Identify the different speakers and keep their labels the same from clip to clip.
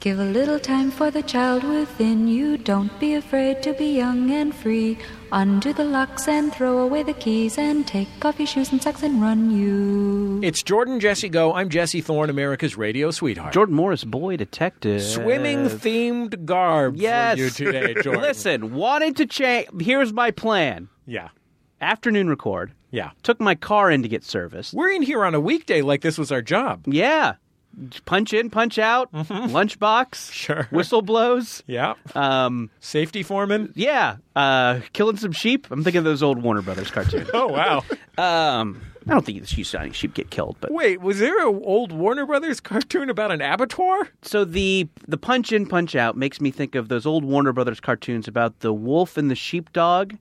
Speaker 1: Give a little time for the child within you. Don't be afraid to be young and free. Undo the locks and throw away the keys and take off your shoes and socks and run you.
Speaker 2: It's Jordan Jesse Go. I'm Jesse Thorne, America's radio sweetheart.
Speaker 3: Jordan Morris, boy detective. Uh,
Speaker 2: Swimming themed garb
Speaker 3: Yes.
Speaker 2: for you today, Jordan.
Speaker 3: Listen, wanted to change. Here's my plan.
Speaker 2: Yeah.
Speaker 3: Afternoon record.
Speaker 2: Yeah.
Speaker 3: Took my car in to get serviced.
Speaker 2: We're in here on a weekday like this was our job.
Speaker 3: Yeah. Punch in, punch out, lunchbox,
Speaker 2: Mm-hmm. Sure.
Speaker 3: whistle blows.
Speaker 2: Yeah.
Speaker 3: Um,
Speaker 2: Safety foreman.
Speaker 3: yeah, uh, killing some sheep. I'm thinking of those old Warner Brothers cartoons.
Speaker 2: Oh, wow.
Speaker 3: um, I don't think the sheep sheep get killed, but
Speaker 2: Wait, was there an old Warner Brothers cartoon about an abattoir?
Speaker 3: so the the punch in punch out makes me think of those old Warner Brothers cartoons about the wolf and the sheepdog.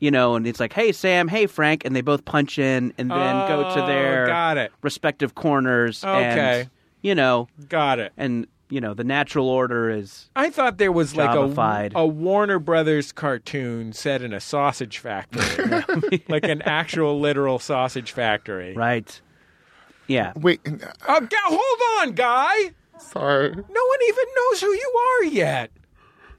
Speaker 3: You know, and it's like, hey Sam, hey Frank, and they both punch in and then go to
Speaker 2: Oh,
Speaker 3: their
Speaker 2: got it.
Speaker 3: respective corners.
Speaker 2: Okay.
Speaker 3: and, you know,
Speaker 2: Got it.
Speaker 3: and you know the natural order is
Speaker 2: I thought there was like a,
Speaker 3: Jobified.
Speaker 2: a Warner Brothers cartoon set in a sausage factory, like an actual literal sausage factory.
Speaker 3: right. Yeah,
Speaker 4: Wait,
Speaker 2: Uh, g- hold on, guy.
Speaker 4: sorry.
Speaker 2: No one even knows who you are yet.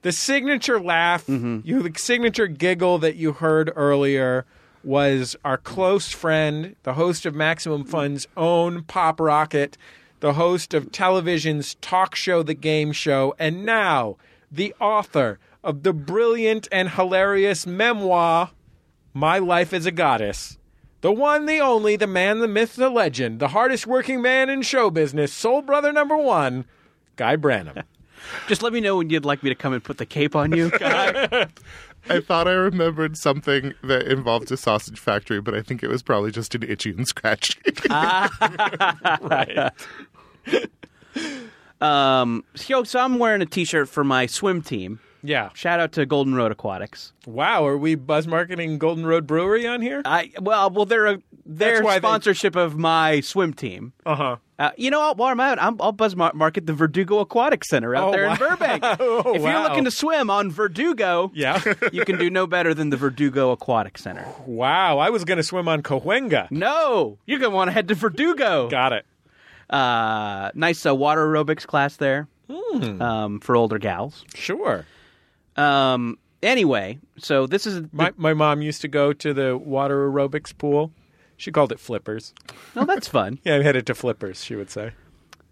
Speaker 2: The signature laugh, you the signature giggle that you heard earlier was our close friend, the host of Maximum Fun's own Pop Rocket, the host of television's talk show The Game Show, and now the author of the brilliant and hilarious memoir My Life as a Goddess. The one, the only, the man, the myth, the legend, the hardest working man in show business, soul brother number one, Guy Branum.
Speaker 3: just let me know when you'd like me to come and put the cape on you.
Speaker 4: I thought I remembered something that involved a sausage factory, but I think it was probably just an itchy and scratchy.
Speaker 3: um, so, so I'm wearing a T-shirt for my swim team.
Speaker 2: Yeah.
Speaker 3: Shout out to Golden Road Aquatics.
Speaker 2: Wow, are we buzz marketing Golden Road Brewery on here?
Speaker 3: I well, well, they're a, their
Speaker 2: That's why they-
Speaker 3: sponsorship of my swim team.
Speaker 2: Uh huh.
Speaker 3: Uh, you know, what, while I'm out, I'm, I'll buzz mar- market the Verdugo Aquatic Center out
Speaker 2: Oh,
Speaker 3: there in
Speaker 2: wow.
Speaker 3: Burbank.
Speaker 2: Oh,
Speaker 3: if
Speaker 2: wow.
Speaker 3: you're looking to swim on Verdugo,
Speaker 2: Yeah.
Speaker 3: you can do no better than the Verdugo Aquatic Center.
Speaker 2: wow, I was going to swim on Cahuenga.
Speaker 3: No, you're gonna want to head to Verdugo.
Speaker 2: Got it.
Speaker 3: Uh, nice uh, water aerobics class there
Speaker 2: Hmm.
Speaker 3: um, for older gals.
Speaker 2: Sure.
Speaker 3: Um, anyway, so this is the-
Speaker 2: My my mom used to go to the water aerobics pool. She called it flippers.
Speaker 3: no, that's fun.
Speaker 2: Yeah, I'm headed to flippers. She would say.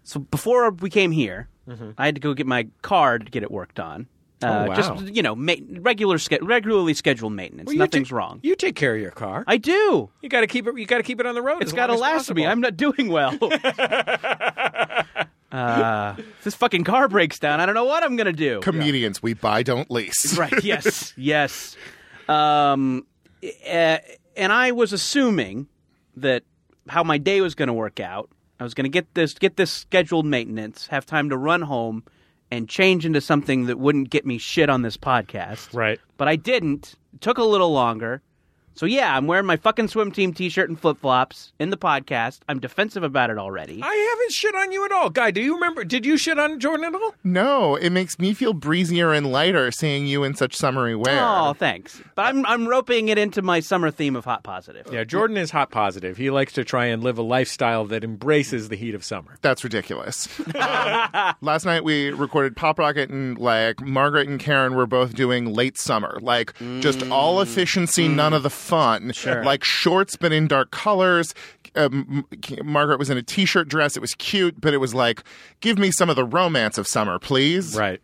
Speaker 3: So before we came here,
Speaker 2: Mm-hmm.
Speaker 3: I had to go get my car to get it worked on. Uh,
Speaker 2: Oh, wow.
Speaker 3: Just you know, ma- regular ske- regularly scheduled maintenance.
Speaker 2: you
Speaker 3: Nothing's
Speaker 2: ta-
Speaker 3: wrong.
Speaker 2: You take care of your car.
Speaker 3: I do.
Speaker 2: you got to keep it. You got to keep it on the road.
Speaker 3: It's got to last me. I'm not doing well. uh, if this fucking car breaks down. I don't know what I'm gonna do.
Speaker 4: Comedians, we buy, don't lease.
Speaker 3: right. Yes. yes. Um, eh, and I was assuming that how my day was going to work out. I was going to get this get this scheduled maintenance, have time to run home, and change into something that wouldn't get me shit on this podcast.
Speaker 2: Right.
Speaker 3: But I didn't. It took a little longer. So yeah, I'm wearing my fucking swim team T-shirt and flip flops in the podcast. I'm defensive about it already.
Speaker 2: I haven't shit on you at all, guy. Do you remember? Did you shit on Jordan at all?
Speaker 4: No, it makes me feel breezier and lighter seeing you in such summery wear.
Speaker 3: Oh, thanks. But I'm I'm roping it into my summer theme of hot positive.
Speaker 2: Yeah, Jordan is hot positive. He likes to try and live a lifestyle that embraces the heat of summer.
Speaker 4: That's ridiculous. Um, last night we recorded Pop Rocket and like Margaret and Karen were both doing late summer, like just all efficiency, none of the fun. Sure. Like shorts, but in dark colors. Um, M- Margaret was in a t-shirt dress. It was cute, but it was like, give me some of the romance of summer, please.
Speaker 2: Right.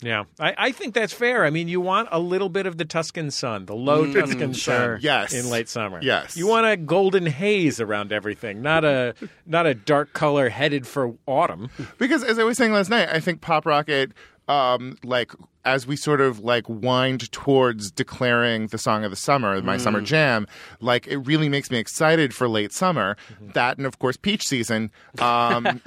Speaker 2: Yeah. I, I think that's fair. I mean, you want a little bit of the Tuscan sun, the low Tuscan sun
Speaker 4: Yes.
Speaker 2: in late summer.
Speaker 4: Yes.
Speaker 2: You want a golden haze around everything, not a not a dark color headed for autumn.
Speaker 4: because as I was saying last night, I think Pop Rocket, um, like as we sort of like wind towards declaring the song of the summer, my summer jam, like it really makes me excited for late summer. That and of course peach season. Um,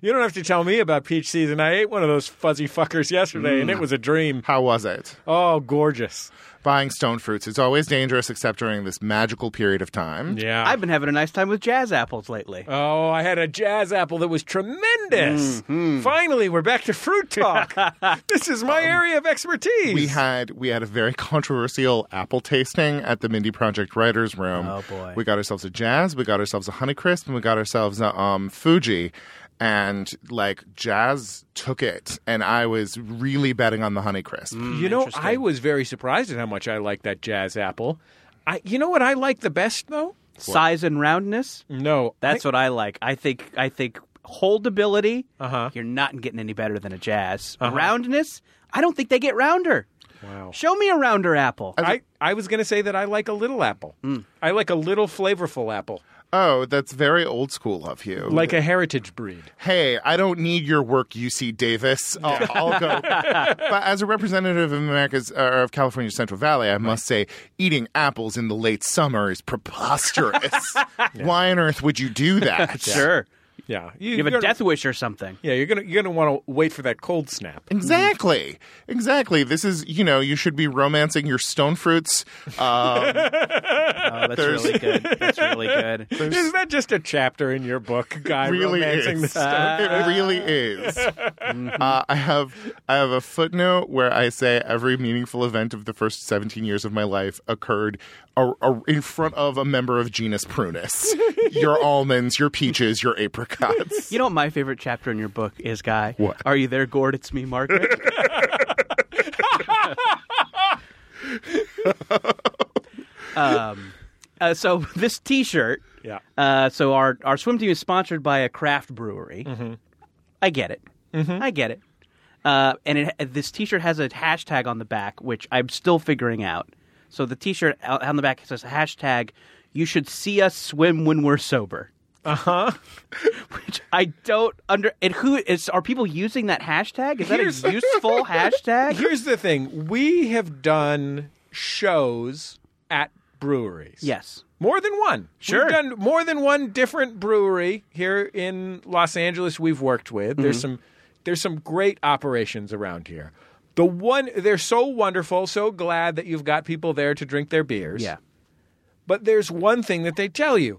Speaker 2: You don't have to tell me about peach season. I ate one of those fuzzy fuckers yesterday and it was a dream.
Speaker 4: how was it?
Speaker 2: Oh, gorgeous.
Speaker 4: Buying stone fruits is always dangerous, except during this magical period of time.
Speaker 2: Yeah.
Speaker 3: I've been having a nice time with jazz apples lately.
Speaker 2: Oh, I had a jazz apple that was tremendous. Finally, we're back to fruit talk. this is my area of expertise.
Speaker 4: We had we had a very controversial apple tasting at the Mindy Project Writers Room.
Speaker 3: Oh, boy.
Speaker 4: We got ourselves a jazz, we got ourselves a Honeycrisp, and we got ourselves a um, Fuji. and like jazz took it, and I was really betting on the Honeycrisp.
Speaker 3: Mm.
Speaker 2: You know, I was very surprised at how much I liked that jazz apple. I, you know what I like the best though?
Speaker 3: Size and roundness.
Speaker 2: No,
Speaker 3: That's what I like. I think I think holdability.
Speaker 2: Uh-huh.
Speaker 3: You're not getting any better than a jazz. Roundness. I don't think they get rounder.
Speaker 2: Wow.
Speaker 3: Show me a rounder apple.
Speaker 2: I, I was going to say that I like a little apple. I like a little flavorful apple,
Speaker 4: Oh, that's very old school of you.
Speaker 2: like a heritage breed.
Speaker 4: hey, I don't need your work, UC Davis. I'll, I'll go. but as a representative of America's uh, of California's Central Valley, I must say, eating apples in the late summer is preposterous. Why on earth would you do that?
Speaker 3: Sure.
Speaker 2: Yeah,
Speaker 3: You have a
Speaker 2: gotta-
Speaker 3: death wish or something.
Speaker 2: Yeah, you're gonna you're gonna want to wait for that cold snap.
Speaker 4: Exactly. Exactly. This is, you know, you should be romancing your stone fruits. Um,
Speaker 3: Oh, that's
Speaker 4: There's-
Speaker 3: really good. That's really good.
Speaker 2: Is that just a chapter in your book, guy?
Speaker 4: really
Speaker 2: romancing
Speaker 4: is. Uh,
Speaker 2: the stone?
Speaker 4: it really is.
Speaker 2: Mm-hmm.
Speaker 4: Uh, I have I have a footnote where I say every meaningful event of the first 17 years of my life occurred a, a- in front of a member of genus Prunus. your almonds, your peaches, your apricots.
Speaker 3: You know what my favorite chapter in your book is, Guy?
Speaker 4: What?
Speaker 3: Are you there, Gord? It's me, Margaret. um, uh, so this T-shirt.
Speaker 2: Yeah.
Speaker 3: Uh, so our our swim team is sponsored by a craft brewery.
Speaker 2: Mm-hmm.
Speaker 3: I get it. I get it. Uh, and it, this T-shirt has a hashtag on the back, which I'm still figuring out. So the T-shirt out- on the back says hashtag You should see us swim when we're sober.
Speaker 2: Uh-huh.
Speaker 3: Uh huh. which I don't under. And who is? Are people using that hashtag? Is that
Speaker 2: Here's-
Speaker 3: a useful hashtag?
Speaker 2: Here's the thing: we have done shows at breweries.
Speaker 3: Yes.
Speaker 2: More than one.
Speaker 3: Sure.
Speaker 2: We've done more than one different brewery here in Los Angeles we've worked with. There's
Speaker 3: Mm-hmm.
Speaker 2: some there's some great operations around here. The one they're so wonderful, so glad that you've got people there to drink their beers.
Speaker 3: Yeah.
Speaker 2: But there's one thing that they tell you.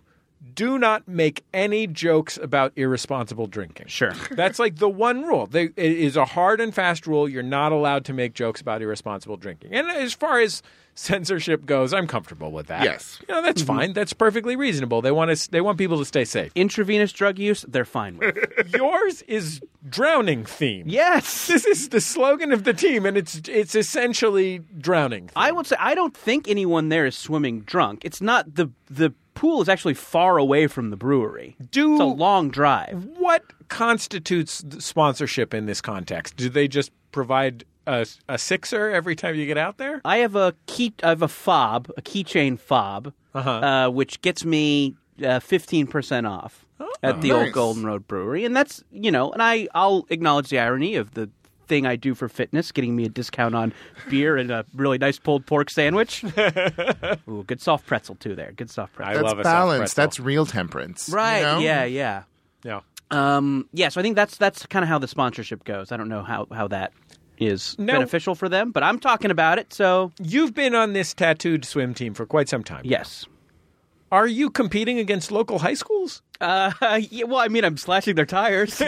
Speaker 2: Do not make any jokes about irresponsible drinking.
Speaker 3: Sure.
Speaker 2: That's like the one rule. They, it is a hard and fast rule. You're not allowed to make jokes about irresponsible drinking. And as far as censorship goes, I'm comfortable with that.
Speaker 4: Yes.
Speaker 2: you know that's fine. That's perfectly reasonable. They want us. They want people to stay safe.
Speaker 3: Intravenous drug use, they're fine with.
Speaker 2: Yours is drowning theme.
Speaker 3: yes.
Speaker 2: this is the slogan of the team, and it's it's essentially drowning. Theme.
Speaker 3: I would say I don't think anyone there is swimming drunk. It's not the the pool is actually far away from the brewery.
Speaker 2: Do-
Speaker 3: it's a long drive.
Speaker 2: what constitutes the sponsorship in this context? Do they just provide a, a sixer every time you get out there?
Speaker 3: I have a key. I have a fob, a keychain fob, uh-huh. which gets me uh, fifteen percent off at the
Speaker 4: nice.
Speaker 3: old Golden Road Brewery, and that's you know, and I I'll acknowledge the irony of the thing I do for fitness, getting me a discount on beer and a really nice pulled pork sandwich. Ooh, good soft pretzel too. There, good soft pretzel.
Speaker 2: I
Speaker 4: That's
Speaker 2: love a soft
Speaker 4: balance.
Speaker 2: pretzel.
Speaker 4: That's real temperance.
Speaker 3: right?
Speaker 4: you know?
Speaker 3: Yeah, yeah.
Speaker 2: Yeah.
Speaker 3: Um, yeah, so I think that's that's kind of how the sponsorship goes. I don't know how, how that is
Speaker 2: No.
Speaker 3: beneficial for them, but I'm talking about it. So
Speaker 2: You've been on this tattooed swim team for quite some time.
Speaker 3: yes.
Speaker 2: Are you competing against local high schools?
Speaker 3: Uh, yeah, well, I mean, I'm slashing their tires.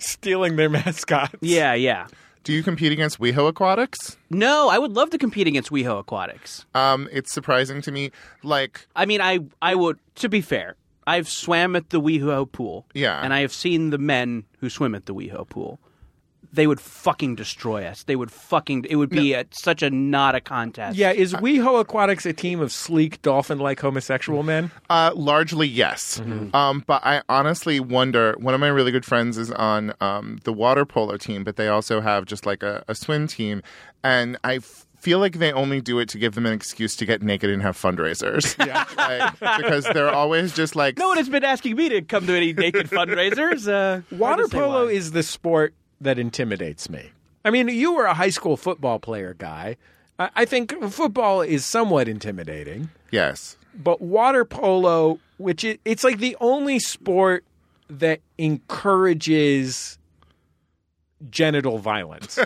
Speaker 2: Stealing their mascots.
Speaker 3: yeah, yeah.
Speaker 4: Do you compete against WeHo Aquatics?
Speaker 3: No, I would love to compete against WeHo Aquatics.
Speaker 4: Um, it's surprising to me. Like,
Speaker 3: I mean, I I would. To be fair, I've swam at the WeHo pool.
Speaker 4: Yeah.
Speaker 3: and I have seen the men who swim at the WeHo pool. They would fucking destroy us. They would fucking. It would be a, such a not a contest.
Speaker 2: Yeah, is WeHo Aquatics a team of sleek, dolphin like homosexual men?
Speaker 4: Uh, largely, yes. Um, but I honestly wonder. One of my really good friends is on um, the water polo team, but they also have just like a, a swim team, and I f- feel like they only do it to give them an excuse to get naked and have fundraisers. Yeah, because they're always just like
Speaker 3: No one has been asking me to come to any naked fundraisers. Uh,
Speaker 2: Water
Speaker 3: hard to say
Speaker 2: polo
Speaker 3: why.
Speaker 2: is the sport that intimidates me. I mean, you were a high school football player guy. I, I think football is somewhat intimidating,
Speaker 4: yes.
Speaker 2: but water polo, which i it's like the only sport that encourages genital violence.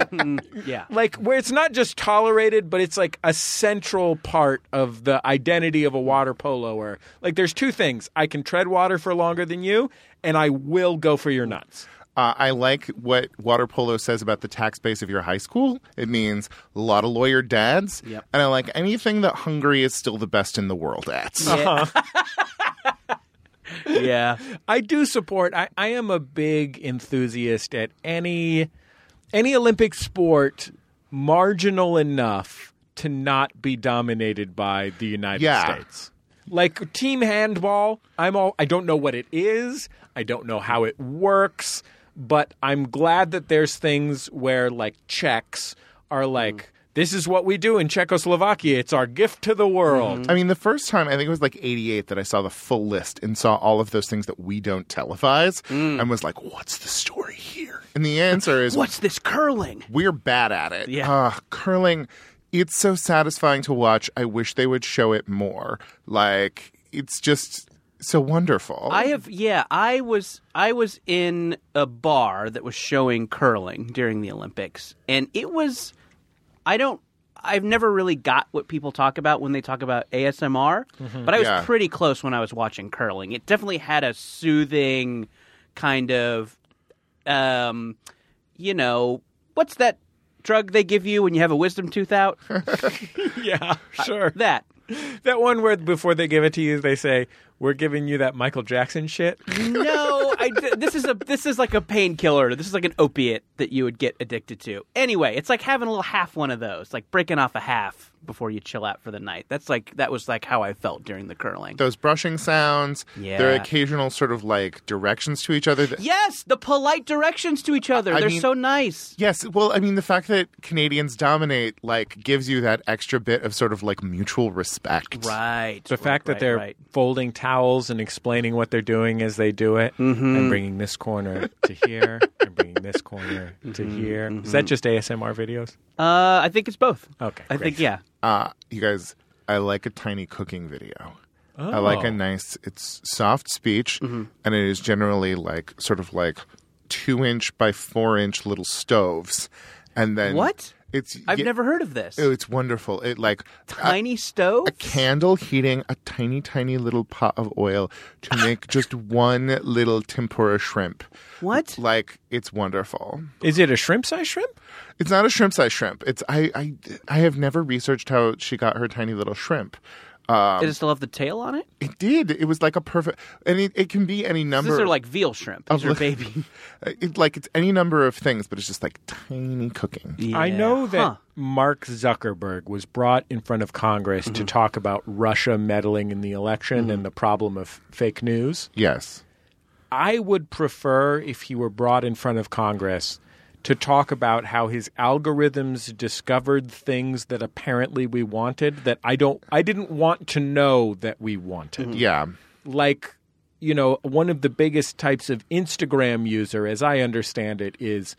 Speaker 3: yeah.
Speaker 2: like where it's not just tolerated, but it's like a central part of the identity of a water poloer. Like there's two things: I can tread water for longer than you, and I will go for your nuts.
Speaker 4: Uh, I like what water polo says about the tax base of your high school. It means a lot of lawyer dads,
Speaker 3: Yep.
Speaker 4: and I like anything that Hungary is still the best in the world at.
Speaker 3: Yeah. yeah.
Speaker 2: I do support. I, I am a big enthusiast at any any Olympic sport marginal enough to not be dominated by the United
Speaker 4: Yeah.
Speaker 2: States. Like team handball, I'm all I don't know what it is. I don't know how it works, but I'm glad that there's things where like Czechs are like this is what we do in Czechoslovakia. It's our gift to the world.
Speaker 4: I mean, the first time I think it was like '88 that I saw the full list and saw all of those things that we don't televise,
Speaker 3: Mm.
Speaker 4: and was like, "What's the story here?" And the answer is,
Speaker 3: What's this curling?
Speaker 4: we're bad at it.
Speaker 3: Yeah.
Speaker 4: Ah, curling, it's so satisfying to watch. I wish they would show it more. Like, it's just so wonderful.
Speaker 3: I have yeah, I was I was in a bar that was showing curling during the Olympics and it was I don't I've never really got what people talk about when they talk about ASMR, but I was
Speaker 4: Yeah.
Speaker 3: pretty close when I was watching curling. It definitely had a soothing kind of um you know, what's that drug they give you when you have a wisdom tooth out?
Speaker 2: Yeah, sure.
Speaker 3: that.
Speaker 2: That one where before they give it to you, they say, "We're giving you that Michael Jackson shit."
Speaker 3: Mm-hmm. no, I, this is a this is like a painkiller. This is like an opiate that you would get addicted to. Anyway, it's like having a little half one of those, like breaking off a half before you chill out for the night. That's like that was like how I felt during the curling.
Speaker 4: those brushing sounds, their
Speaker 3: Yeah.
Speaker 4: occasional sort of like directions to each other. that-
Speaker 3: yes, the polite directions to each other.
Speaker 4: I
Speaker 3: They're
Speaker 4: mean-
Speaker 3: so nice.
Speaker 4: Yes, well, I mean, the fact that Canadians dominate like gives you that extra bit of sort of like mutual respect.
Speaker 3: Right.
Speaker 2: The fact that they're folding towels and explaining what they're doing as they do it,
Speaker 3: Mm-hmm.
Speaker 2: and bringing this corner to here, and bringing this corner to
Speaker 3: Mm-hmm.
Speaker 2: here. Is that just ASMR videos?
Speaker 3: Uh, I think it's both.
Speaker 2: Okay,
Speaker 3: I
Speaker 2: great.
Speaker 3: think yeah.
Speaker 4: Uh, you guys, I like a tiny cooking video. I like
Speaker 3: Oh.
Speaker 4: a nice, it's soft speech,
Speaker 3: Mm-hmm.
Speaker 4: and it is generally like sort of like two inch by four inch little stoves. And then.
Speaker 3: What?
Speaker 4: It's,
Speaker 3: I've
Speaker 4: yeah,
Speaker 3: never heard of this.
Speaker 4: oh, It's wonderful. It like. a-
Speaker 3: Tiny stove.
Speaker 4: a candle heating a tiny, tiny little pot of oil to make just one little tempura shrimp.
Speaker 3: What?
Speaker 4: Like it's wonderful.
Speaker 2: Is it a shrimp size shrimp?
Speaker 4: It's not a shrimp size shrimp. It's I I I have never researched how she got her tiny little shrimp. Um,
Speaker 3: Does it still have the tail on it?
Speaker 4: it did. It was like a perfect, and it, it can be any number.
Speaker 3: These are like veal shrimp. These are
Speaker 4: look-
Speaker 3: baby.
Speaker 4: it, like it's any number of things, but it's just like tiny cooking.
Speaker 2: I
Speaker 3: Yeah.
Speaker 2: know that
Speaker 3: Huh.
Speaker 2: Mark Zuckerberg was brought in front of Congress
Speaker 3: Mm-hmm.
Speaker 2: to talk about Russia meddling in the election and the problem of fake news.
Speaker 4: Yes,
Speaker 2: I would prefer if he were brought in front of Congress to talk about how his algorithms discovered things that apparently we wanted that I don't I didn't want to know that we
Speaker 3: hmm.
Speaker 2: wanted.
Speaker 4: yeah.
Speaker 2: Like, you know, one of the biggest types of Instagram user as I understand it is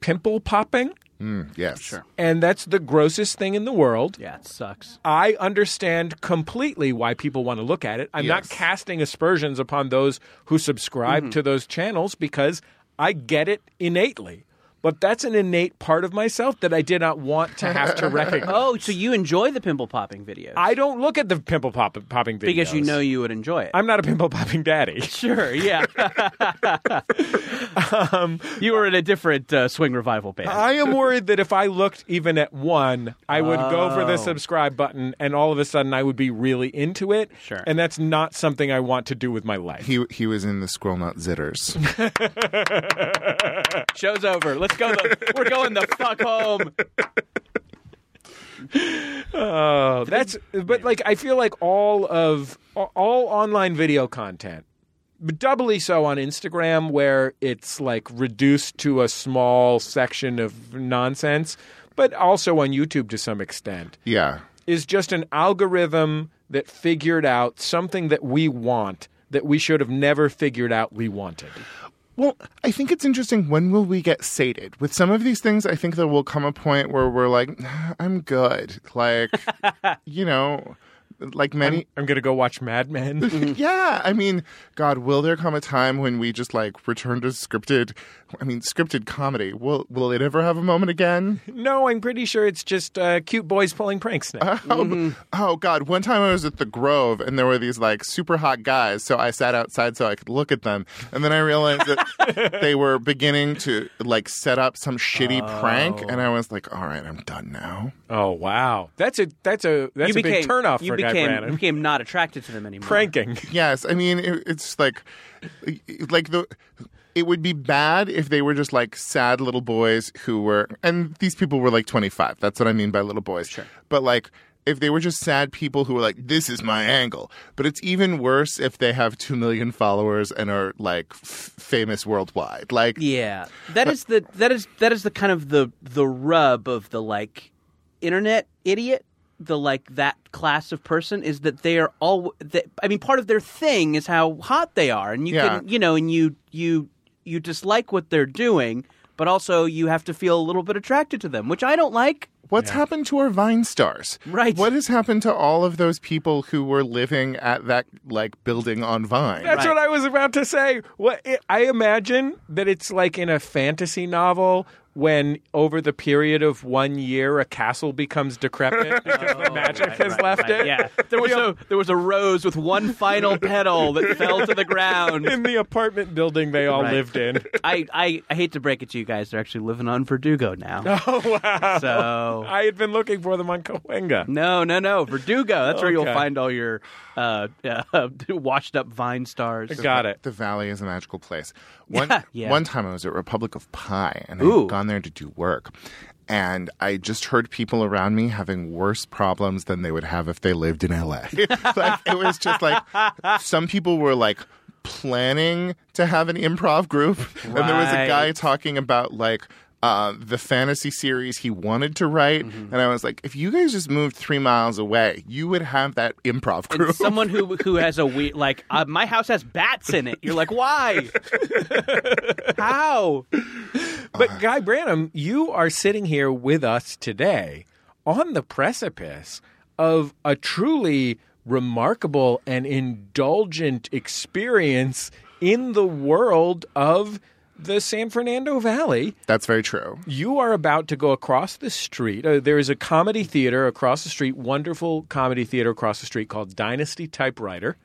Speaker 2: pimple popping
Speaker 4: Mm, yes, sure.
Speaker 2: and that's the grossest thing in the world.
Speaker 3: Yeah, it sucks.
Speaker 2: I understand completely why people want to look at it. I'm not
Speaker 4: Yes.
Speaker 2: casting aspersions upon those who subscribe
Speaker 3: Mm-hmm.
Speaker 2: to those channels because I get it innately. But that's an innate part of myself that I did not want to have to recognize.
Speaker 3: Oh, so you enjoy the pimple popping videos
Speaker 2: I don't look at the pimple pop- popping videos
Speaker 3: because you know you would enjoy it.
Speaker 2: I'm not a pimple popping daddy.
Speaker 3: sure. Yeah. you were in a different uh, swing revival band.
Speaker 2: I am worried that if I looked even at one, I would go
Speaker 3: Oh.
Speaker 2: for the subscribe button, and all of a sudden I would be really into it.
Speaker 3: Sure.
Speaker 2: and that's not something I want to do with my life.
Speaker 4: He he was in the Squirrel Nut Zitters.
Speaker 3: Show's over. Let's go. The, we're going the fuck home.
Speaker 2: Oh, that's but like I feel like all of all online video content, but doubly so on Instagram where it's like reduced to a small section of nonsense, but also on YouTube to some extent
Speaker 4: yeah,
Speaker 2: is just an algorithm that figured out something that we want that we should have never figured out we wanted.
Speaker 4: Well, I think it's interesting. When will we get sated with some of these things? I think there will come a point where we're like, "Nah, I'm good. Like, you know, like many.
Speaker 2: I'm going to go watch Mad Men.
Speaker 4: yeah, I mean, God, will there come a time when we just like return to scripted? I mean, scripted comedy. Will will it ever have a moment again? Oh,
Speaker 2: no, I'm pretty sure it's just uh, cute boys pulling pranks now.
Speaker 3: Uh-huh.
Speaker 4: Oh God! One time I was at the Grove and there were these like super hot guys, so I sat outside so I could look at them, and then I realized that they were beginning to like set up some shitty prank, and I was like, "All right, I'm done now."
Speaker 2: Oh wow, that's a that's a that's
Speaker 3: you
Speaker 2: a big
Speaker 3: became
Speaker 2: turnoff
Speaker 3: you
Speaker 2: for Guy
Speaker 3: became
Speaker 2: Brannon.
Speaker 3: we became not attracted to them anymore.
Speaker 2: Pranking.
Speaker 4: Yes, I mean it, it's like, like the. It would be bad if they were just like sad little boys who were, and these people were like 25. That's what I mean by little boys. Sure. But like, if they were just sad people who were like, this is my angle. But it's even worse if they have 2 million followers and are like f- famous worldwide. Like,
Speaker 3: Yeah, that is the that is that is the kind of the the rub of the like internet idiot, the like that class of person is that they are all. That, I mean, part of their thing is how hot they are, and you
Speaker 4: Yeah.
Speaker 3: can you know, and you you you dislike what they're doing, but also you have to feel a little bit attracted to them, which I don't like.
Speaker 4: What's happened to our Vine stars?
Speaker 3: Right.
Speaker 4: What has happened to all of those people who were living at that like building on Vine?
Speaker 2: That's
Speaker 3: Right.
Speaker 2: what I was about to say. What it, I imagine that it's like in a fantasy novel when over the period of one year a castle becomes decrepit because
Speaker 3: Oh,
Speaker 2: the magic has left it.
Speaker 3: Yeah, there was a there was a rose with one final petal that fell to the ground.
Speaker 2: In the apartment building they all
Speaker 3: Right.
Speaker 2: lived in.
Speaker 3: I, I, I hate to break it to you guys, they're actually living on Verdugo now.
Speaker 2: Oh wow.
Speaker 3: So
Speaker 2: I had been looking for them on Coenga.
Speaker 3: no, no, no, Verdugo. That's where you'll
Speaker 2: Okay.
Speaker 3: find all your uh, uh, washed up Vine stars.
Speaker 2: Got it.
Speaker 4: The Valley is a magical place. One
Speaker 3: Yeah.
Speaker 4: one time I was at Republic of Pie and
Speaker 3: Ooh.
Speaker 4: I'd gone there to do work. And I just heard people around me having worse problems than they would have if they lived in LA. like, it was just like some people were like planning to have an improv group. And there was a guy
Speaker 3: Right.
Speaker 4: talking about like uh, the fantasy series he wanted to write.
Speaker 3: Mm-hmm.
Speaker 4: And I was like, if you guys just moved three miles away, you would have that improv
Speaker 3: And
Speaker 4: group.
Speaker 3: someone who who has a weird like uh, my house has bats in it. You're like, why? How?
Speaker 2: But Guy Branham, you are sitting here with us today on the precipice of a truly remarkable and indulgent experience in the world of the San Fernando Valley.
Speaker 4: That's very true.
Speaker 2: You are about to go across the street. Uh, there is a comedy theater across the street, wonderful comedy theater across the street called Dynasty Typewriter.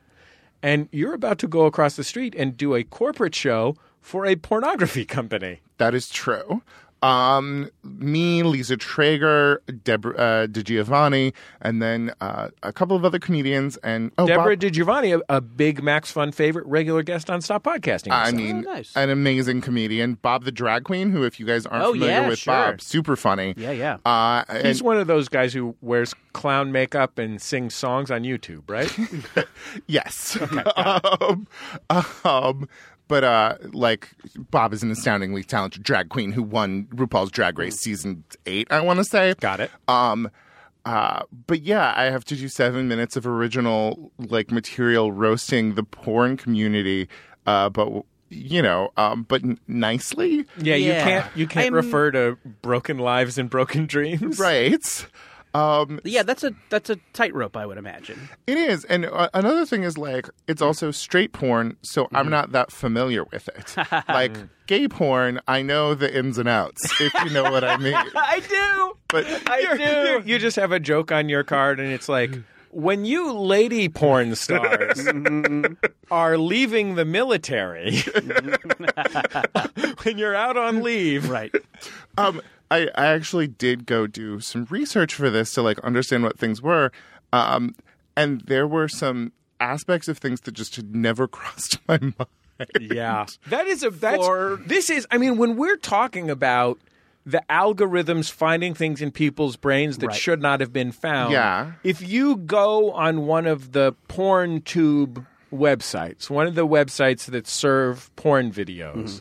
Speaker 2: And you're about to go across the street and do a corporate show for a pornography company.
Speaker 4: That is true. Um, me, Lisa Traeger, Deborah uh, DiGiovanni, and then uh, a couple of other comedians. And oh,
Speaker 2: Deborah
Speaker 4: Bob-
Speaker 2: DiGiovanni, a, a big Max Fun favorite, regular guest on Stop Podcasting.
Speaker 4: I
Speaker 2: Yourself.
Speaker 4: mean,
Speaker 3: Oh, nice.
Speaker 4: an amazing comedian, Bob the drag queen, who, if you guys aren't
Speaker 3: Oh,
Speaker 4: familiar
Speaker 3: yeah,
Speaker 4: with
Speaker 3: sure.
Speaker 4: Bob, super funny.
Speaker 3: Yeah, yeah.
Speaker 4: Uh, and-
Speaker 2: he's one of those guys who wears clown makeup and sings songs on YouTube, right?
Speaker 4: Yes. um, um, but uh, like Bob is an astoundingly talented drag queen who won RuPaul's Drag Race season eight, I want to say.
Speaker 2: Got it.
Speaker 4: Um, uh, but yeah, I have to do seven minutes of original like material roasting the porn community, uh, but you know, um, but n- nicely,
Speaker 2: yeah, you
Speaker 3: Yeah.
Speaker 2: can't you can't
Speaker 3: I'm-
Speaker 2: refer to broken lives and broken dreams.
Speaker 4: right? Um,
Speaker 3: Yeah, that's a that's a tightrope, I would imagine.
Speaker 4: It is, and uh, another thing is like it's also straight porn, so I'm not that familiar with it. like gay porn, I know the ins and outs, if you know what I mean.
Speaker 3: I do.
Speaker 4: But
Speaker 2: You're- you're- You just have a joke on your card, and it's like when you lady porn stars
Speaker 4: Mm-hmm.
Speaker 2: are leaving the military, when you're out on leave,
Speaker 3: Right.
Speaker 4: um, I, I actually did go do some research for this to like understand what things were, um, and there were some aspects of things that just had never crossed my mind.
Speaker 2: Yeah, that is a that's
Speaker 3: For-
Speaker 2: this is. I mean, when we're talking about the algorithms finding things in people's brains that
Speaker 3: Right.
Speaker 2: should not have been found.
Speaker 4: Yeah.
Speaker 2: if you go on one of the porn tube websites, one of the websites that serve porn videos.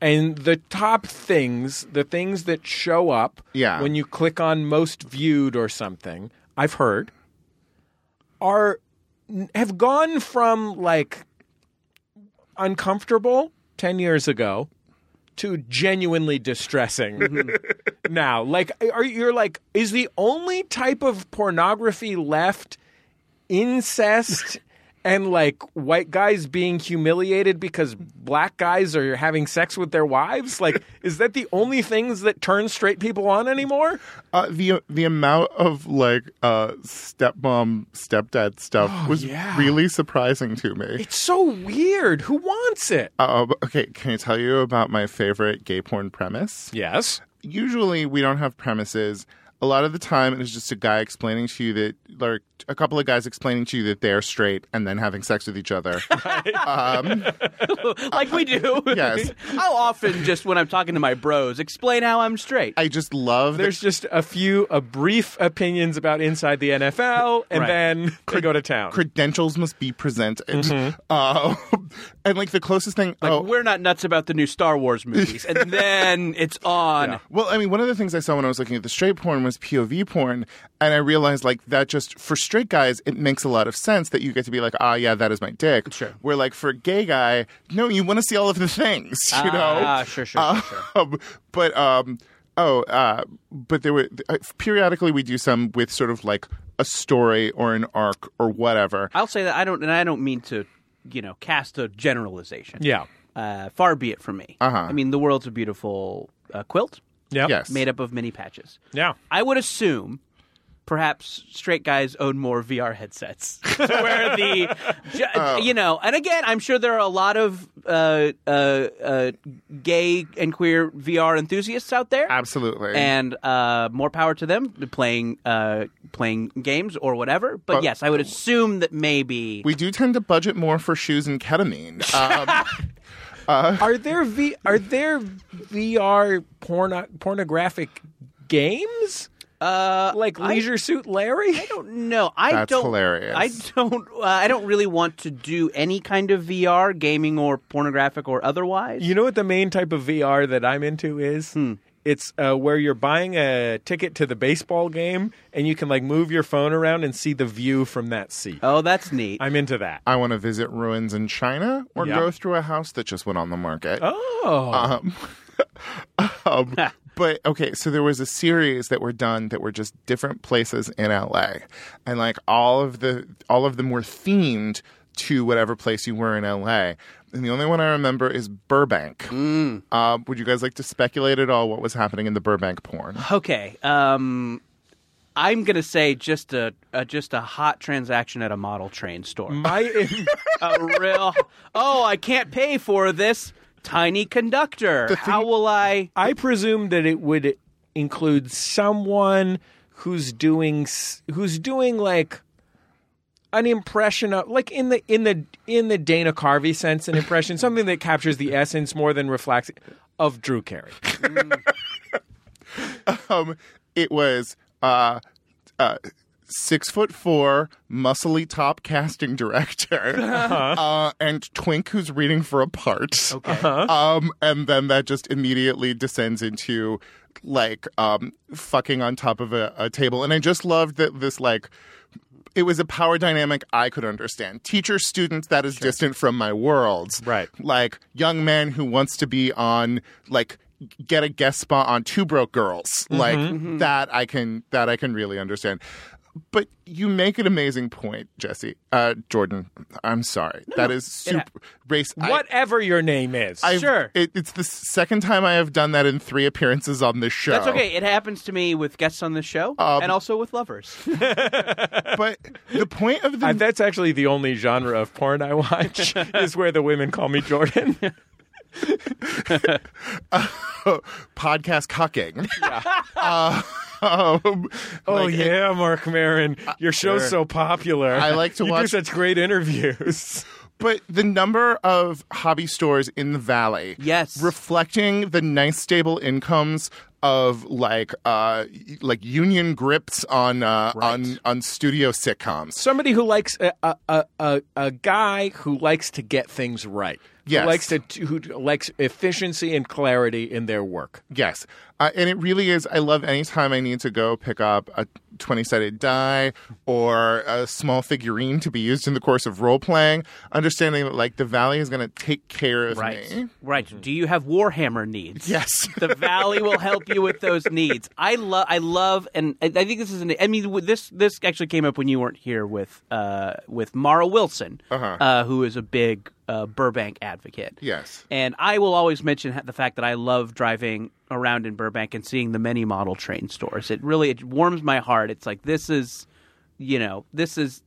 Speaker 2: And the top things, the things that show up
Speaker 4: Yeah.
Speaker 2: when you click on most viewed or something, I've heard, are have gone from like uncomfortable 10 years ago to genuinely distressing now like are you're like is the only type of pornography left incest and like white guys being humiliated because black guys are having sex with their wives like is that the only things that turn straight people on anymore
Speaker 4: Uh, the the amount of like uh, stepmom stepdad stuff was
Speaker 2: yeah.
Speaker 4: really surprising to me.
Speaker 2: it's so weird who wants it
Speaker 4: Uh, okay, can I tell you about my favorite gay porn premise?
Speaker 2: yes
Speaker 4: Usually, we don't have premises. a lot of the time it is just a guy explaining to you that like a couple of guys explaining to you that they're straight and then having sex with each other um,
Speaker 3: like we do.
Speaker 4: Yes.
Speaker 3: How often, just when I'm talking to my bros, explain how I'm straight?
Speaker 4: i just love that
Speaker 2: There's just a few, a brief opinions about inside the NFL, and
Speaker 3: Right.
Speaker 2: then they go to town.
Speaker 4: credentials must be presented uh, and like the closest thing
Speaker 3: Mm-hmm. Like,
Speaker 4: oh
Speaker 3: we're not nuts about the new Star Wars movies. and then it's on.
Speaker 4: Well, I mean, one of the things I saw when I was looking at the straight porn was POV porn, and I realized like that just for straight guys, it makes a lot of sense that you get to be like, ah, yeah, that is my dick.
Speaker 3: Sure.
Speaker 4: Where like for a gay guy, no, you want to see all of the things, you know?
Speaker 3: Ah, sure, sure, sure, sure.
Speaker 4: Um, but um, oh, uh, but there were uh, periodically we do some with sort of like a story or an arc or whatever.
Speaker 3: I'll say that I don't, and I don't mean to, you know, cast a generalization.
Speaker 2: yeah.
Speaker 3: Uh, far be it from me.
Speaker 4: Uh-huh.
Speaker 3: I mean, the world's a beautiful uh, quilt
Speaker 2: Yep.
Speaker 4: Yes,
Speaker 3: made up of many patches.
Speaker 2: Yeah.
Speaker 3: I would assume perhaps straight guys own more VR headsets. where the, ju-
Speaker 4: Oh.
Speaker 3: you know, and again, I'm sure there are a lot of uh, uh, uh, gay and queer VR enthusiasts out there.
Speaker 4: absolutely.
Speaker 3: And uh, more power to them playing uh, playing games or whatever. But,
Speaker 4: But-
Speaker 3: yes, I would assume that maybe
Speaker 4: we do tend to budget more for shoes and ketamine. Um,
Speaker 2: Are there v are there VR porno- pornographic games
Speaker 3: uh,
Speaker 2: like
Speaker 3: I-
Speaker 2: Leisure Suit Larry?
Speaker 3: I don't know. I
Speaker 4: That's
Speaker 3: don't.
Speaker 4: hilarious.
Speaker 3: I don't. Uh, I don't really want to do any kind of VR, gaming or pornographic or otherwise.
Speaker 2: You know what the main type of VR that I'm into is?
Speaker 3: Hmm.
Speaker 2: It's uh, where you're buying a ticket to the baseball game and you can like move your phone around and see the view from that seat.
Speaker 3: oh, Uh, that's neat.
Speaker 2: I'm into that.
Speaker 4: I want to visit ruins in China or
Speaker 2: Yeah.
Speaker 4: go through a house that just went on the market.
Speaker 2: Oh,
Speaker 4: Um, um, but okay, so there was a series that were done that were just different places in LA, and like all of the all of them were themed to whatever place you were in LA. And the only one I remember is Burbank.
Speaker 2: Mm.
Speaker 4: Uh, would you guys like to speculate at all what was happening in the Burbank porn?
Speaker 3: okay. Um, I'm gonna say just a, a just a hot transaction at a model train store.
Speaker 2: my
Speaker 3: a real. Oh, I can't pay for this tiny conductor. How will I?
Speaker 2: I presume that it would include someone who's doing s- who's doing like an impression of like in the in the in the Dana Carvey sense an impression something that captures the essence more than reflects of Drew Carey.
Speaker 4: Um, it was uh, uh, six foot four, muscly top casting director, uh, and Twink who's reading for a part. Okay. Um, and then that just immediately descends into like um, fucking on top of a, a table. And I just loved that this like. It was a power dynamic I could understand. Teacher, student, that is distant from my world.
Speaker 2: Right.
Speaker 4: Like young man who wants to be on like get a guest spot on Two Broke Girls.
Speaker 3: Mm-hmm.
Speaker 4: Like that I can that I can really understand. But you make an amazing point, Jesse. Uh, Jordan, I'm sorry. that is super race. I-
Speaker 2: whatever your name is.
Speaker 4: I've-
Speaker 3: Sure.
Speaker 4: it- it's the second time I have done that in three appearances on this show.
Speaker 3: That's okay. It happens to me with guests on the show and also with lovers.
Speaker 4: But the point of the
Speaker 2: I- Uh, that's actually the only genre of porn I watch is where the women call me Jordan.
Speaker 4: podcast cucking. Uh, um,
Speaker 2: oh
Speaker 4: like,
Speaker 2: yeah, Mark Marin, your show's so popular.
Speaker 4: uh, I like to
Speaker 2: you
Speaker 4: watch-
Speaker 2: do such great interviews.
Speaker 4: But the number of hobby stores in the valley,
Speaker 3: Yes.
Speaker 4: reflecting the nice stable incomes of like uh y- like union grips on uh, on on studio sitcoms.
Speaker 2: Somebody who likes a a, a, a a guy who likes to get things right.
Speaker 4: Yes.
Speaker 2: Who likes to who likes efficiency and clarity in their work.
Speaker 4: Yes, uh, and it really is. I love any time I need to go pick up a twenty-sided die or a small figurine to be used in the course of role playing. Understanding that like the valley is going to take care of me.
Speaker 3: Right. Do you have Warhammer needs?
Speaker 4: Mm-hmm. Yes.
Speaker 3: the valley will help you with those needs. I love, I love, and I I think this is an. I mean, with this this actually came up when you weren't here with uh, with Mara Wilson,
Speaker 4: Uh-huh.
Speaker 3: uh, who is a big uh, Burbank advocate.
Speaker 4: Yes.
Speaker 3: and I will always mention the fact that I love driving around in Burbank and seeing the many model train stores. It really it warms my heart. It's like this is, you know, this is.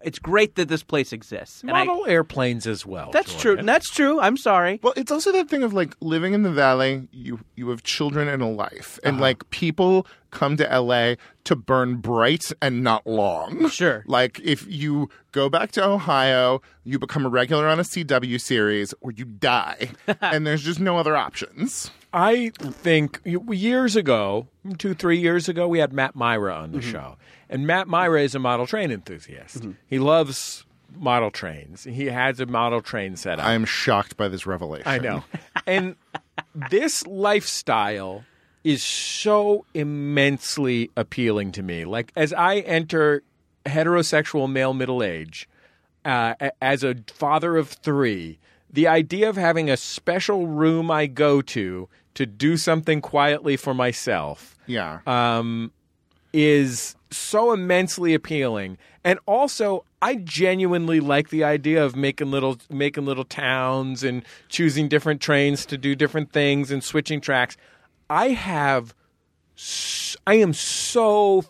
Speaker 3: It's great that this place exists. And I-
Speaker 2: Model airplanes as well.
Speaker 3: that's
Speaker 2: Jordan.
Speaker 3: true. That's true. I'm sorry.
Speaker 4: Well,
Speaker 2: Uh-huh.
Speaker 4: it's also that thing of like living in the valley. You you have children and a life, and like people come to LA to burn bright and not long.
Speaker 3: Sure.
Speaker 4: Like if you go back to Ohio, you become a regular on a CW series or you die. and there's just no other options.
Speaker 2: I think years ago, two, three years ago, we had Matt Myra on the show. And Matt Myra is a model train enthusiast. He loves model trains. He has a model train set up.
Speaker 4: I am shocked by this revelation.
Speaker 2: I know. and this lifestyle is so immensely appealing to me. Like as I enter heterosexual male middle age, uh, a- as a father of three, the idea of having a special room I go to to do something quietly for myself
Speaker 4: Yeah.
Speaker 2: Uh, is so immensely appealing and also I genuinely like the idea of making little making little towns and choosing different trains to do different things and switching tracks. I have s- I am so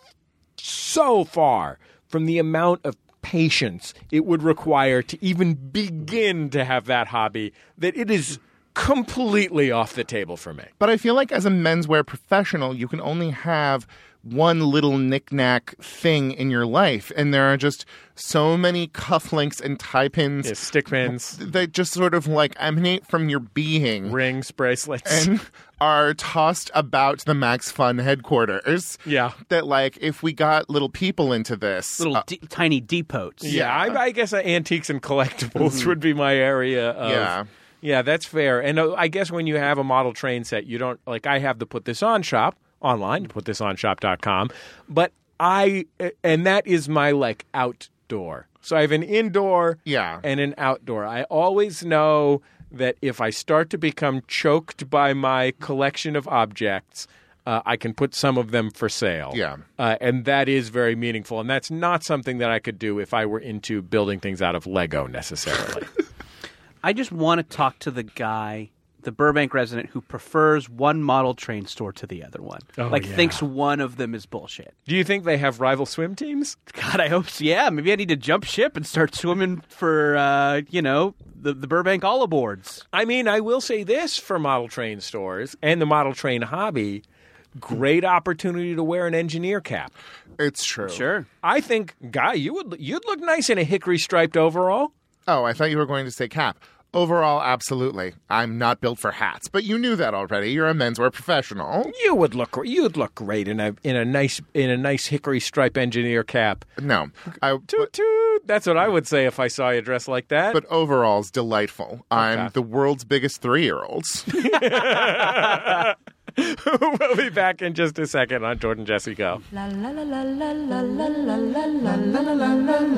Speaker 2: so far from the amount of patience it would require to even begin to have that hobby that it is completely off the table for me.
Speaker 4: But I feel like as a menswear professional, you can only have one little knickknack thing in your life, and there are just so many cufflinks and tie pins
Speaker 2: It's stick pins,
Speaker 4: that just sort of like emanate from your being
Speaker 2: rings, bracelets.
Speaker 4: and are tossed about the Max Fun headquarters.
Speaker 2: Yeah.
Speaker 4: that like if we got little people into this,
Speaker 3: Little
Speaker 4: uh,
Speaker 3: de- tiny depots.
Speaker 2: Yeah, I, I guess uh, antiques and collectibles would be my area. Of,
Speaker 4: Mm-hmm. Yeah.
Speaker 2: yeah, that's fair. And uh, I guess when you have a model train set, you don't like. I have the put this on shop online, put this on shop.com. But I and that is my like outdoor. So I have an indoor,
Speaker 4: Yeah.
Speaker 2: and an outdoor. I always know that if I start to become choked by my collection of objects. Uh, I can put some of them for sale
Speaker 4: Yeah.
Speaker 2: uh, and that is very meaningful. And that's not something that I could do if I were into building things out of Lego necessarily.
Speaker 3: I just want to talk to the guy, the Burbank resident, who prefers one model train store to the other one. like
Speaker 2: Oh, yeah.
Speaker 3: thinks one of them is bullshit.
Speaker 2: do you think they have rival swim teams?
Speaker 3: God, I hope so. Yeah, maybe I need to jump ship and start swimming for uh, you know the the Burbank all aboards.
Speaker 2: I mean, I will say this for model train stores and the model train hobby great opportunity to wear an engineer cap.
Speaker 4: it's true.
Speaker 3: Sure.
Speaker 2: I think, guy, you would you'd look nice in a hickory striped overall.
Speaker 4: Oh, I thought you were going to say cap. Overall, absolutely. I'm not built for hats, but you knew that already. You're a menswear professional.
Speaker 2: You would look gr- you'd look great in a in a nice in a nice hickory stripe engineer cap.
Speaker 4: No, I
Speaker 2: Toot toot. That's what I would say if I saw you dressed like that.
Speaker 4: but overall's delightful. I'm the world's biggest three year olds.
Speaker 2: we'll be back in just a second on Jordan Jesse Go.
Speaker 1: La la la la la la la la la la.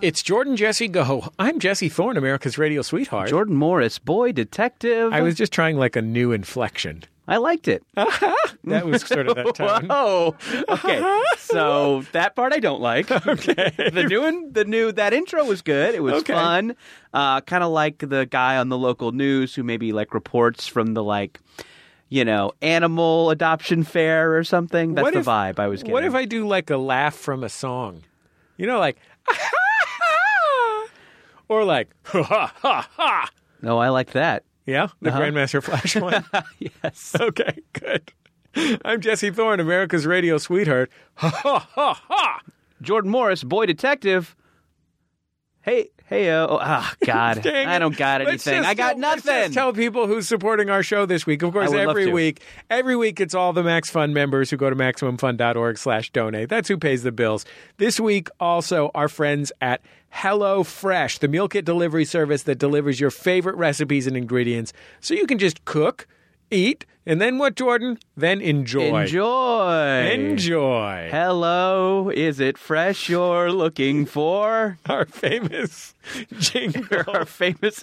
Speaker 2: It's Jordan Jesse Go. I'm Jesse Thorne, America's radio sweetheart.
Speaker 3: Jordan Morris, boy detective.
Speaker 2: I was just trying like a new inflection.
Speaker 3: I liked it.
Speaker 2: That was sort of that tone.
Speaker 3: Whoa. Okay. so that part I don't like. Okay. the new one, the new that intro was good. It was
Speaker 2: Okay.
Speaker 3: fun. Uh, kind of like the guy on the local news who maybe like reports from the like, you know, animal adoption fair or something. That's
Speaker 2: What
Speaker 3: the
Speaker 2: if-
Speaker 3: vibe I was getting.
Speaker 2: What if I do like a laugh from a song? You know, like, "Ah, or like, ha ha ha ha.
Speaker 3: No, Oh, I like that.
Speaker 2: Yeah, the Grandmaster Flash one.
Speaker 3: Uh-huh. Yes.
Speaker 2: okay, good. I'm Jesse Thorne, America's radio sweetheart. Ha ha ha ha.
Speaker 3: Jordan Morris, boy detective. Hey, hey, oh, ah, God,
Speaker 2: Dang
Speaker 3: I don't got
Speaker 2: Let's
Speaker 3: anything.
Speaker 2: just
Speaker 3: I got
Speaker 2: tell- let's
Speaker 3: nothing.
Speaker 2: just tell people who's supporting our show this week. Of course,
Speaker 3: I would love
Speaker 2: every
Speaker 3: to.
Speaker 2: week, every week it's all the Max Fund members who go to maximumfund.org/donate. That's who pays the bills. This week, also our friends at Hello Fresh, the meal kit delivery service that delivers your favorite recipes and ingredients, so you can just cook, eat, and then what, Jordan? Then enjoy.
Speaker 3: Enjoy.
Speaker 2: Enjoy.
Speaker 3: Hello, is it fresh you're looking for?
Speaker 2: Our famous jingle.
Speaker 3: Our famous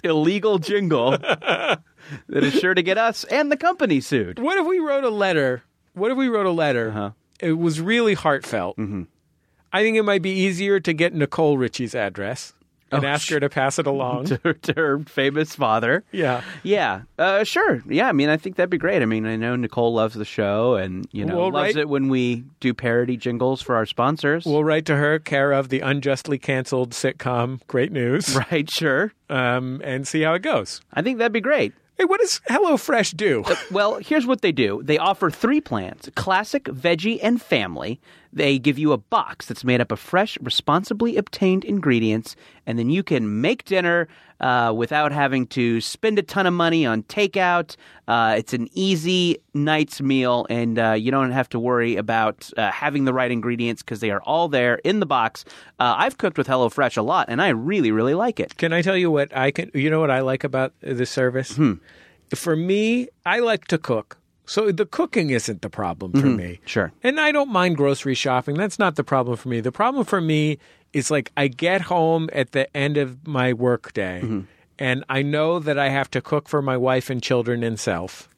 Speaker 3: illegal jingle that is sure to get us and the company sued.
Speaker 2: What if we wrote a letter? What if we wrote a letter? It Mm-hmm. was really heartfelt. I think it might be easier to get Nicole Richie's address. and ask her to pass it along.
Speaker 3: to, to her famous father.
Speaker 2: yeah.
Speaker 3: Yeah, uh, sure. Yeah, I mean, I think that'd be great. I mean, I know Nicole loves the show, and you know,
Speaker 2: Well,
Speaker 3: loves
Speaker 2: right.
Speaker 3: it when we do parody jingles for our sponsors.
Speaker 2: We'll write to her, care of the unjustly canceled sitcom Great News,
Speaker 3: right, sure.
Speaker 2: um, and see how it goes.
Speaker 3: I think that'd be great.
Speaker 2: Hey, what does HelloFresh do?
Speaker 3: Well, here's what they do. They offer three plans classic, veggie, and family. They give you a box that's made up of fresh, responsibly obtained ingredients, and then you can make dinner uh, without having to spend a ton of money on takeout. Uh, it's an easy night's meal, and uh, you don't have to worry about uh, having the right ingredients because they are all there in the box. Uh, I've cooked with HelloFresh a lot, and I really, really like it.
Speaker 2: Can I tell you what I can? You know what I like about the service?
Speaker 3: Hmm.
Speaker 2: For me, I like to cook. So the cooking isn't the problem for me.
Speaker 3: Hmm. Sure.
Speaker 2: And I don't mind grocery shopping. That's not the problem for me. The problem for me is like I get home at the end of my work day
Speaker 3: Hmm.
Speaker 2: and I know that I have to cook for my wife and children and self.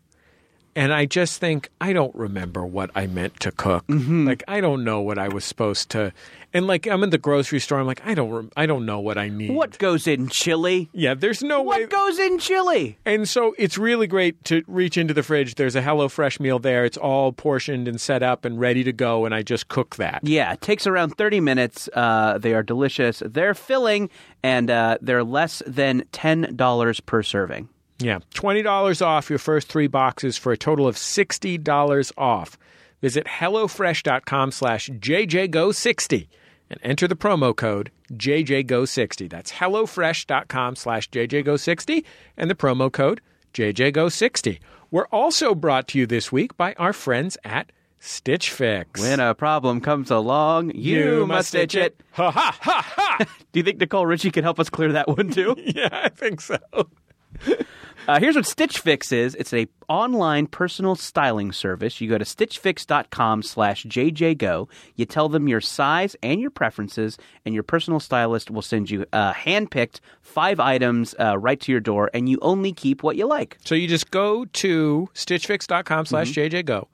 Speaker 2: And I just think I don't remember what I meant to cook.
Speaker 3: Mm-hmm.
Speaker 2: Like I don't know what I was supposed to. And like I'm in the grocery store, I'm like I don't rem- I don't know what I need.
Speaker 3: What goes in chili?
Speaker 2: Yeah, there's no way.
Speaker 3: What goes in chili?
Speaker 2: and so it's really great to reach into the fridge. There's a HelloFresh meal there. It's all portioned and set up and ready to go, and I just cook that.
Speaker 3: Yeah, it takes around 30 minutes. Uh, they are delicious. They're filling, and uh, they're less than $10 per serving.
Speaker 2: Yeah. $20 off your first three boxes for a total of $60 off. Visit HelloFresh.com slash JJGo60 and enter the promo code JJGo60. That's HelloFresh.com slash JJGo60 and the promo code JJGo60. We're also brought to you this week by our friends at Stitch Fix.
Speaker 3: When a problem comes along, you, must stitch it.
Speaker 2: Ha ha ha ha!
Speaker 3: Do you think Nicole Richie can help us clear that one too?
Speaker 2: yeah, I think so.
Speaker 3: Uh, here's what Stitch Fix is. It's a online personal styling service. You go to stitchfix.com slash jjgo. You tell them your size and your preferences, and your personal stylist will send you uh, handpicked five items uh, right to your door, and you only keep what you like.
Speaker 2: So you just go to stitchfix.com
Speaker 3: Mm-hmm.
Speaker 2: slash jjgo.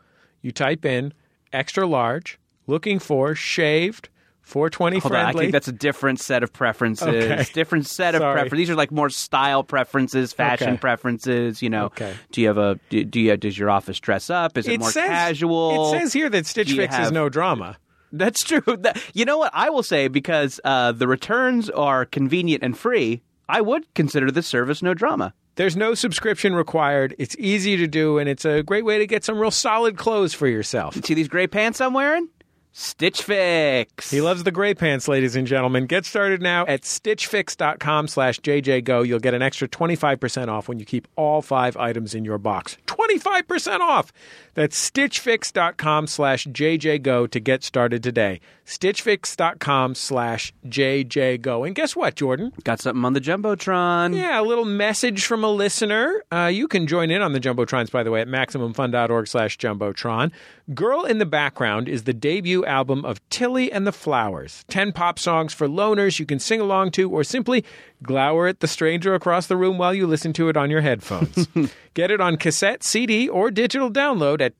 Speaker 2: You type in extra large, looking for shaved, 420
Speaker 3: Hold
Speaker 2: friendly.
Speaker 3: on, I think that's a different set of preferences.
Speaker 2: Okay.
Speaker 3: Different set of
Speaker 2: Sorry.
Speaker 3: preferences. These are like more style preferences, fashion
Speaker 2: Okay.
Speaker 3: preferences. You know,
Speaker 2: Okay.
Speaker 3: do you have a do, do you does your office dress up? Is it,
Speaker 2: it
Speaker 3: more
Speaker 2: says,
Speaker 3: casual?
Speaker 2: It says here that Stitch
Speaker 3: Do you
Speaker 2: Fix is
Speaker 3: have-
Speaker 2: no drama.
Speaker 3: That's true. That- you know what I will say because uh, the returns are convenient and free. I would consider this service no drama.
Speaker 2: There's no subscription required. It's easy to do, and it's a great way to get some real solid clothes for yourself.
Speaker 3: See these gray pants I'm wearing? Stitch Fix.
Speaker 2: He loves the gray pants, ladies and gentlemen. Get started now at stitchfix.com slash jjgo. You'll get an extra 25% off when you keep all five items in your box. 25% off! That's stitchfix.com slash jjgo to get started today. stitchfix.com slash jjgo. And guess what, Jordan?
Speaker 3: Got something on the jumbotron.
Speaker 2: Yeah, a little message from a listener. Uh, you can join in on the Jumbotrons, by the way, at MaximumFun.org slash Jumbotron. Girl in the Background is the debut album of Tilly and the Flowers. Ten pop songs for loners you can sing along to or simply glower at the stranger across the room while you listen to it on your headphones. Get it on cassette, CD, or digital download at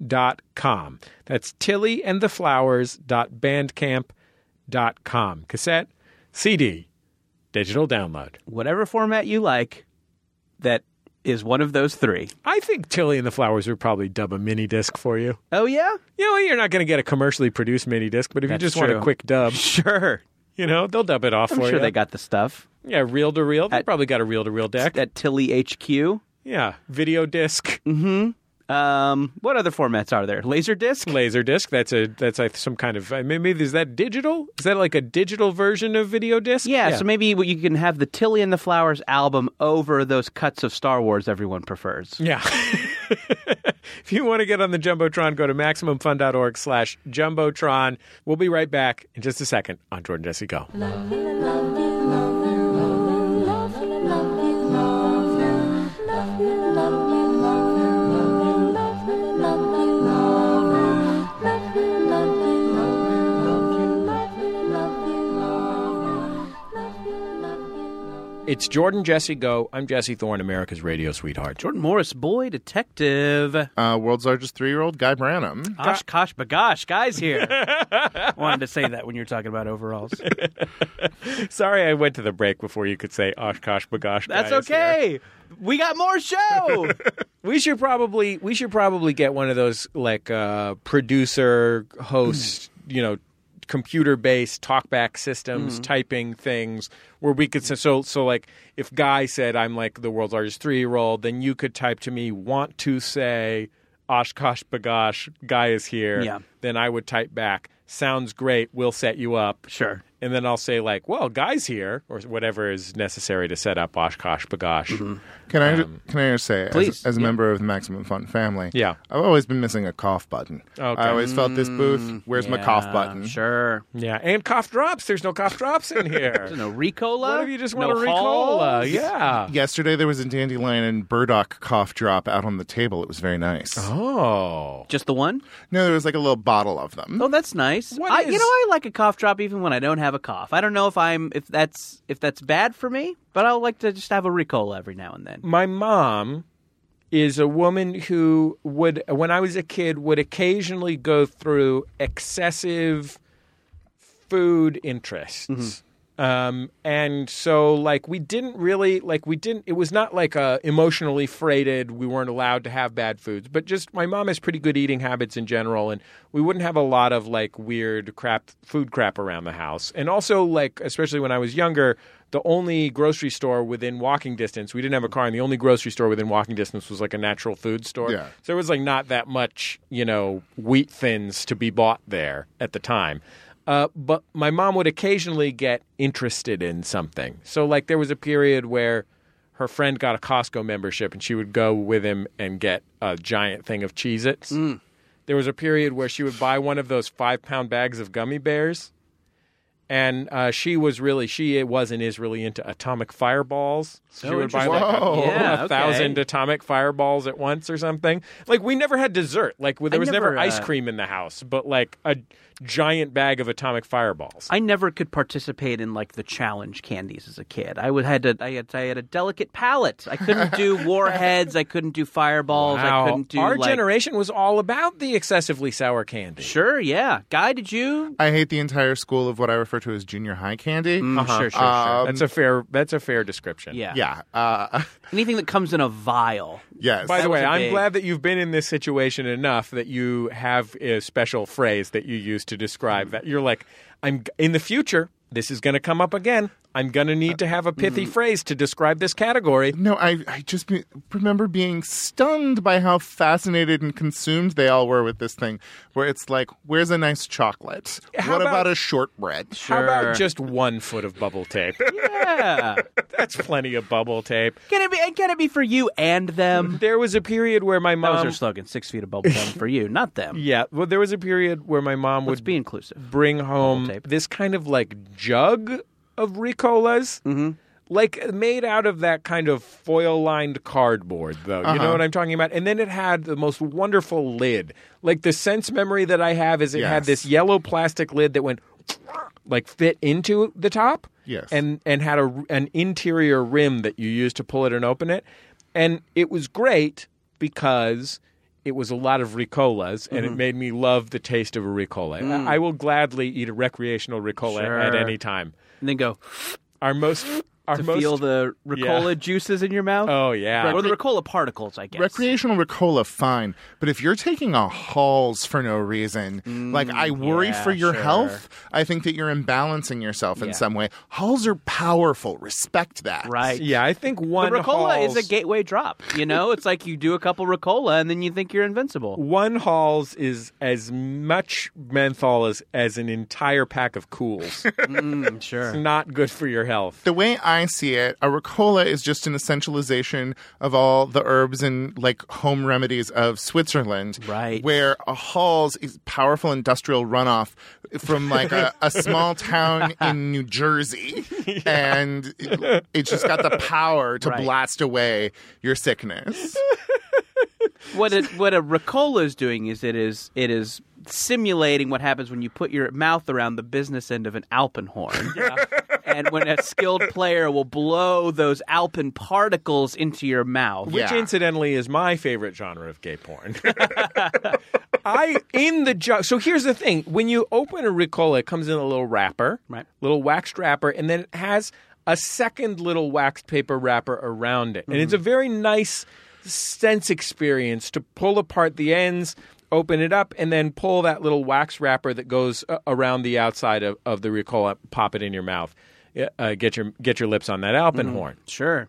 Speaker 2: tillyandtheflowers.bandcamp.com. That's tillyandtheflowers.bandcamp.com. Cassette, CD, digital download.
Speaker 3: Whatever format you like, that is one of those three.
Speaker 2: I think Tilly and the Flowers would probably dub a mini disc for you.
Speaker 3: Oh yeah,
Speaker 2: You know, you're not going to get a commercially produced mini disc, but if
Speaker 3: That's
Speaker 2: you just want a
Speaker 3: true.
Speaker 2: quick dub,
Speaker 3: sure.
Speaker 2: you know, they'll dub it off
Speaker 3: I'm
Speaker 2: for
Speaker 3: sure
Speaker 2: you.
Speaker 3: they got the stuff
Speaker 2: yeah, reel to reel. They probably got a reel to reel deck.
Speaker 3: at Tilly HQ.
Speaker 2: yeah, video disc,
Speaker 3: Mm-hmm. Um, what other formats are there? Laser disc.
Speaker 2: laser disc. That's a that's like some kind of I mean, maybe is that digital? Is that like a digital version of video disc?
Speaker 3: Yeah, so maybe you can have the Tilly and the Flowers album over those cuts of Star Wars everyone prefers.
Speaker 2: Yeah. if you want to get on the Jumbotron, go to MaximumFun.org slash Jumbotron. We'll be right back in just a second on Jordan Jesse Go.
Speaker 5: Love you, love you.
Speaker 2: It's Jordan Jesse Go. I'm Jesse Thorne, America's radio sweetheart.
Speaker 3: Jordan Morris, boy detective.
Speaker 4: Uh, world's largest three year old, Guy Branum.
Speaker 3: Oshkosh bagosh, guys here. Wanted to say that when you were talking about overalls.
Speaker 2: Sorry, I went to the break before you could say Oshkosh Bagosh.
Speaker 3: That's
Speaker 2: guys.
Speaker 3: okay. We got more show.
Speaker 2: We should probably we should probably get one of those like uh, producer host, you know, computer based talkback systems, typing things where we could s- so so like if Guy said I'm like the world's largest three year old, then you could type to me want to say Oshkosh Bagosh, Guy is here.
Speaker 3: Yeah.
Speaker 2: Then I would type back. Sounds great. We'll set you up.
Speaker 3: sure.
Speaker 2: And then I'll say like, "Well, guys here," or whatever is necessary to set up Oshkosh Bagosh.
Speaker 4: Can I can I just say,
Speaker 3: please,
Speaker 4: as, as a member of the Maximum Fun family,
Speaker 2: Um, Yeah.
Speaker 4: I've always been missing a cough button.
Speaker 2: Okay.
Speaker 4: I always felt this booth. Where's my cough
Speaker 3: Mm, Yeah,
Speaker 4: button?
Speaker 3: Sure.
Speaker 2: Yeah, and cough drops. There's no cough drops in here.
Speaker 3: No Ricola.
Speaker 2: What if you just
Speaker 3: no
Speaker 2: want a Ricola?
Speaker 3: Halls?
Speaker 2: Yeah.
Speaker 4: Yesterday there was a dandelion and burdock cough drop out on the table. It was very nice.
Speaker 2: Oh.
Speaker 3: Just the one?
Speaker 4: No, there was like a little bottle of them.
Speaker 3: Oh, that's nice.
Speaker 2: What
Speaker 3: I,
Speaker 2: is-
Speaker 3: You know, I like a cough drop even when I don't have a cough. I don't know if I'm if that's if that's bad for me, but I like to just have a Ricola every now and then.
Speaker 2: My mom is a woman who would, when I was a kid, would occasionally go through excessive food interests. Um, and so like we didn't really like we didn't it was not like uh, emotionally freighted we weren't allowed to have bad foods but just my mom has pretty good eating habits in general and we wouldn't have a lot of like weird crap food crap around the house and also like especially when I was younger the only grocery store within walking distance we didn't have a car and the only grocery store within walking distance was like a natural food store
Speaker 4: Yeah.
Speaker 2: so it was like not that much, you know, wheat thins to be bought there at the time. Uh, but my mom would occasionally get interested in something. So like there was a period where her friend got a Costco membership and she would go with him and get a giant thing of Cheez Its. There was a period where she would buy one of those five pound bags of gummy bears. And uh, she was really she was and is really into atomic fireballs. So she Oh, would buy like a,
Speaker 4: interesting.
Speaker 2: a
Speaker 3: Yeah, okay.
Speaker 2: thousand atomic fireballs at once or something. Like we never had dessert. Like there
Speaker 3: I
Speaker 2: was never,
Speaker 3: never,
Speaker 2: ice
Speaker 3: uh,
Speaker 2: cream in the house, but like a giant bag of atomic fireballs.
Speaker 3: I never could participate in like the challenge candies as a kid. I would had to I had I had a delicate palate. I couldn't do warheads. I couldn't do fireballs. I couldn't do
Speaker 2: Our
Speaker 3: like-
Speaker 2: generation was all about the excessively sour candy.
Speaker 3: Sure, yeah. Guy, did you?
Speaker 4: I hate the entire school of what I refer to as junior high candy.
Speaker 3: Mm,
Speaker 2: Uh-huh.
Speaker 3: Sure, sure,
Speaker 4: Um,
Speaker 2: that's a fair. That's a fair description.
Speaker 3: sure. Yeah.
Speaker 4: yeah. Uh,
Speaker 3: Anything that comes in a vial.
Speaker 4: yes.
Speaker 2: By the way,
Speaker 3: was a
Speaker 2: I'm
Speaker 3: big-
Speaker 2: glad that you've been in this situation enough that you have a special phrase that you use to describe that. You're like, I'm in the future. This is going to come up again. I'm going to need to have a
Speaker 3: Mm-hmm.
Speaker 2: pithy phrase to describe this category.
Speaker 4: no, I, I just be, remember being stunned by how fascinated and consumed they all were with this thing, where it's like, where's a nice chocolate?
Speaker 2: How
Speaker 4: what about,
Speaker 2: about-
Speaker 4: a shortbread?
Speaker 2: How about just one foot of bubble tape?
Speaker 3: Yeah.
Speaker 2: That's plenty of bubble tape.
Speaker 3: can it be? and Can it be for you and them?
Speaker 2: There was a period where my
Speaker 3: That was
Speaker 2: mom.
Speaker 3: their slogan: six feet of bubble gum for you, not them.
Speaker 2: Um, yeah, well, there was a period where my mom
Speaker 3: Let's
Speaker 2: would
Speaker 3: be inclusive.
Speaker 2: bring home
Speaker 3: tape.
Speaker 2: this kind of like jug of Ricolas. Like made out of that kind of foil lined cardboard, though. You know what I'm talking about? And then it had the most wonderful lid. Like the sense memory that I have is it had
Speaker 4: Yes.
Speaker 2: this yellow plastic lid that went like fit into the top.
Speaker 4: Yes.
Speaker 2: And and had a an interior rim that you used to pull it and open it. And it was great because it was a lot of Ricolas and it made me love the taste of a Ricola. I, I will gladly eat a recreational Ricola at
Speaker 3: Sure.
Speaker 2: any time.
Speaker 3: And then go
Speaker 2: Our most our
Speaker 3: to
Speaker 2: most
Speaker 3: feel the Ricola juices in your mouth.
Speaker 2: Oh yeah.
Speaker 3: or the Ricola particles, I guess.
Speaker 4: Recreational Ricola, fine, but if you're taking a Halls for no reason, like I worry
Speaker 3: Mm, yeah,
Speaker 4: for your
Speaker 3: sure.
Speaker 4: health. I think that you're imbalancing yourself in
Speaker 3: Yeah.
Speaker 4: some way. Halls are powerful. Respect that.
Speaker 3: right?
Speaker 2: Yeah, I think
Speaker 3: The
Speaker 2: one
Speaker 3: Ricola
Speaker 2: Halls,
Speaker 3: is a gateway drop. You know, it's like you do a couple Ricola and then you think you're invincible.
Speaker 2: one Halls is as much menthol as, as an entire pack of cools.
Speaker 3: Mm, sure.
Speaker 2: Not good for your health.
Speaker 4: The way I see it, a Ricola is just an essentialization of all the herbs and like home remedies of Switzerland.
Speaker 3: Right.
Speaker 4: Where a Halls is powerful industrial runoff from like a, a small town in New Jersey. And it, it's just got the power to
Speaker 3: Right.
Speaker 4: blast away your sickness.
Speaker 3: What it, what a Ricola is doing is it is it is simulating what happens when you put your mouth around the business end of an Alpenhorn. and when a skilled player will blow those Alpen particles into your mouth.
Speaker 2: which
Speaker 4: Yeah.
Speaker 2: incidentally is my favorite genre of gay porn. I in the jar. So here's the thing: when you open a Ricola, it comes in a little wrapper,
Speaker 3: Right.
Speaker 2: Little waxed wrapper, and then it has a second little waxed paper wrapper around it, and it's a very nice sense experience to pull apart the ends. Open it up and then pull that little wax wrapper that goes uh, around the outside of, of the Ricola, pop it in your mouth, Yeah, uh, get your get your lips on that Alpenhorn
Speaker 3: Sure.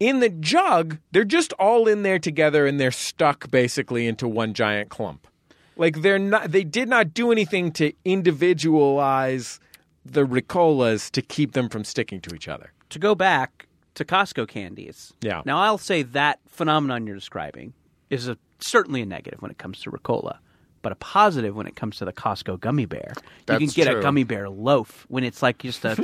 Speaker 2: in the jug, they're just all in there together and they're stuck basically into one giant clump. Like they're not they did not do anything to individualize the Ricolas to keep them from sticking to each other.
Speaker 3: To go back to Costco candies.
Speaker 2: Yeah.
Speaker 3: Now I'll say that phenomenon you're describing is a, certainly a negative when it comes to Ricola, but a positive when it comes to the Costco gummy bear. you can
Speaker 4: That's
Speaker 3: get a
Speaker 4: true.
Speaker 3: gummy bear loaf when it's like just a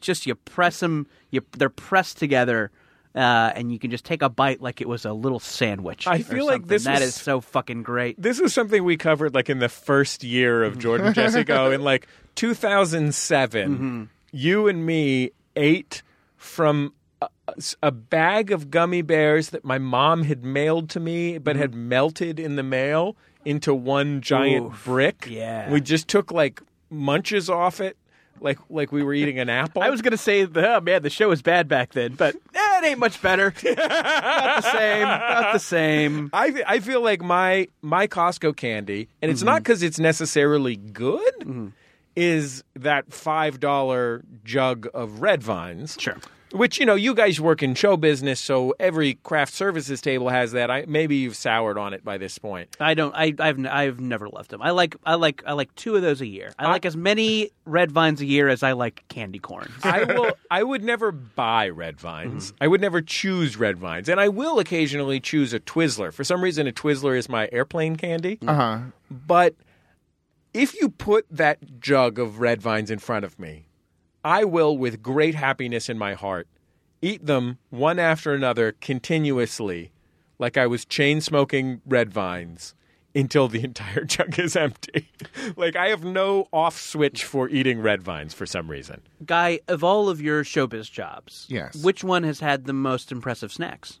Speaker 3: just you press them, you, they're pressed together. Uh, and you can just take a bite like it was a little sandwich.
Speaker 2: I
Speaker 3: or
Speaker 2: feel like
Speaker 3: something.
Speaker 2: this
Speaker 3: That
Speaker 2: was-
Speaker 3: is so fucking great.
Speaker 2: This is something we covered like in the first year
Speaker 3: Mm-hmm.
Speaker 2: of Jordan Jessico in like 2007.
Speaker 3: Mm-hmm.
Speaker 2: You and me ate from a, a bag of gummy bears that my mom had mailed to me but had melted in the mail into one giant
Speaker 3: Mm-hmm. Oof.
Speaker 2: brick.
Speaker 3: Yeah.
Speaker 2: We just took like munches off it like like we were eating an apple.
Speaker 3: I was gonna say, oh man, the show was bad back then, but eh, it ain't much better. not the same. Not the same.
Speaker 2: I, fe- I feel like my my Costco candy, and it's not because it's necessarily good, is that five dollar jug of red vines.
Speaker 3: Sure.
Speaker 2: Which you know, you guys work in show business, so every craft services table has that. I maybe you've soured on it by this point.
Speaker 3: I don't. I, I've n- I've never left them. I like I like I like two of those a year.
Speaker 2: Uh,
Speaker 3: I, like as many red vines a year as I like candy corn.
Speaker 2: I will. I would never buy red vines. I would never choose red vines, and I will occasionally choose a Twizzler. For some reason, a Twizzler is my airplane candy.
Speaker 4: Uh huh.
Speaker 2: But if you put that jug of red vines in front of me, I will, with great happiness in my heart, eat them one after another continuously, like I was chain smoking red vines until the entire jug is empty. like I have no off switch for eating red vines for some reason.
Speaker 3: Guy, of all of your showbiz jobs,
Speaker 4: Yes.
Speaker 3: which one has had the most impressive snacks?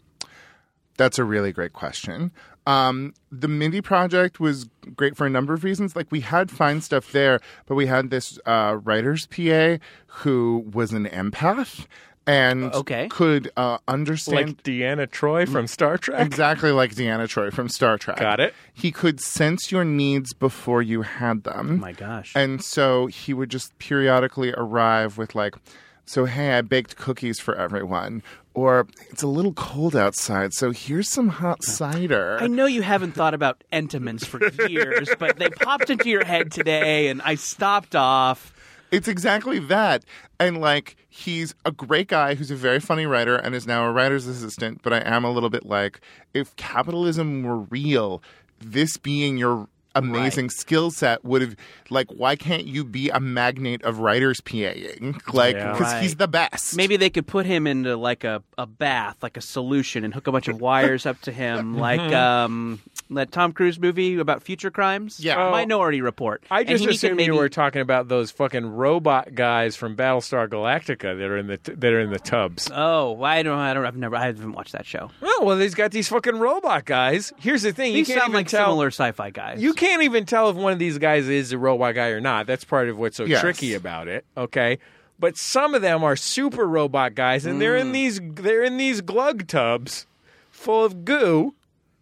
Speaker 4: That's a really great question. Um, the Mindy Project was great for a number of reasons. Like we had fine stuff there, but we had this uh, writer's PA who was an empath and
Speaker 3: Okay.
Speaker 4: could uh, understand
Speaker 2: Like Deanna Troy from Star Trek.
Speaker 4: exactly like Deanna Troy from Star Trek.
Speaker 2: Got it.
Speaker 4: He could sense your needs before you had them.
Speaker 3: Oh My gosh.
Speaker 4: And so he would just periodically arrive with like, so hey, I baked cookies for everyone. Or it's a little cold outside, so here's some hot cider.
Speaker 3: I know you haven't thought about entomins for years, but they popped into your head today, and I stopped off.
Speaker 4: It's exactly that. And like he's a great guy who's a very funny writer and is now a writer's assistant, but I am a little bit like if capitalism were real, this being your amazing skill set would have like why can't you be a magnate of writers PAing? Like
Speaker 2: Yeah.
Speaker 4: cuz he's
Speaker 3: Right.
Speaker 4: the best.
Speaker 3: Maybe they could put him into like a, a bath, like a solution, and hook a bunch of wires up to him, like
Speaker 2: Mm-hmm.
Speaker 3: um, that Tom Cruise movie about future crimes.
Speaker 4: Yeah. Oh.
Speaker 3: Minority Report.
Speaker 2: I
Speaker 3: And
Speaker 2: just
Speaker 3: he could
Speaker 2: assumed
Speaker 3: maybe-
Speaker 2: you were talking about those fucking robot guys from Battlestar Galactica that are in the t- that are in the tubs.
Speaker 3: Oh, well, I don't. I don't. I've never. I haven't watched that show.
Speaker 2: Oh well, he's got these fucking robot guys. Here's the thing:
Speaker 3: These
Speaker 2: you can't
Speaker 3: sound
Speaker 2: even
Speaker 3: like
Speaker 2: tell.
Speaker 3: similar sci-fi guys.
Speaker 2: You can't even tell if one of these guys is a robot guy or not. That's part of what's so
Speaker 4: Yes.
Speaker 2: tricky about it. Okay, but some of them are super robot guys, and they're
Speaker 3: Mm.
Speaker 2: in these they're in these glug tubs full of goo,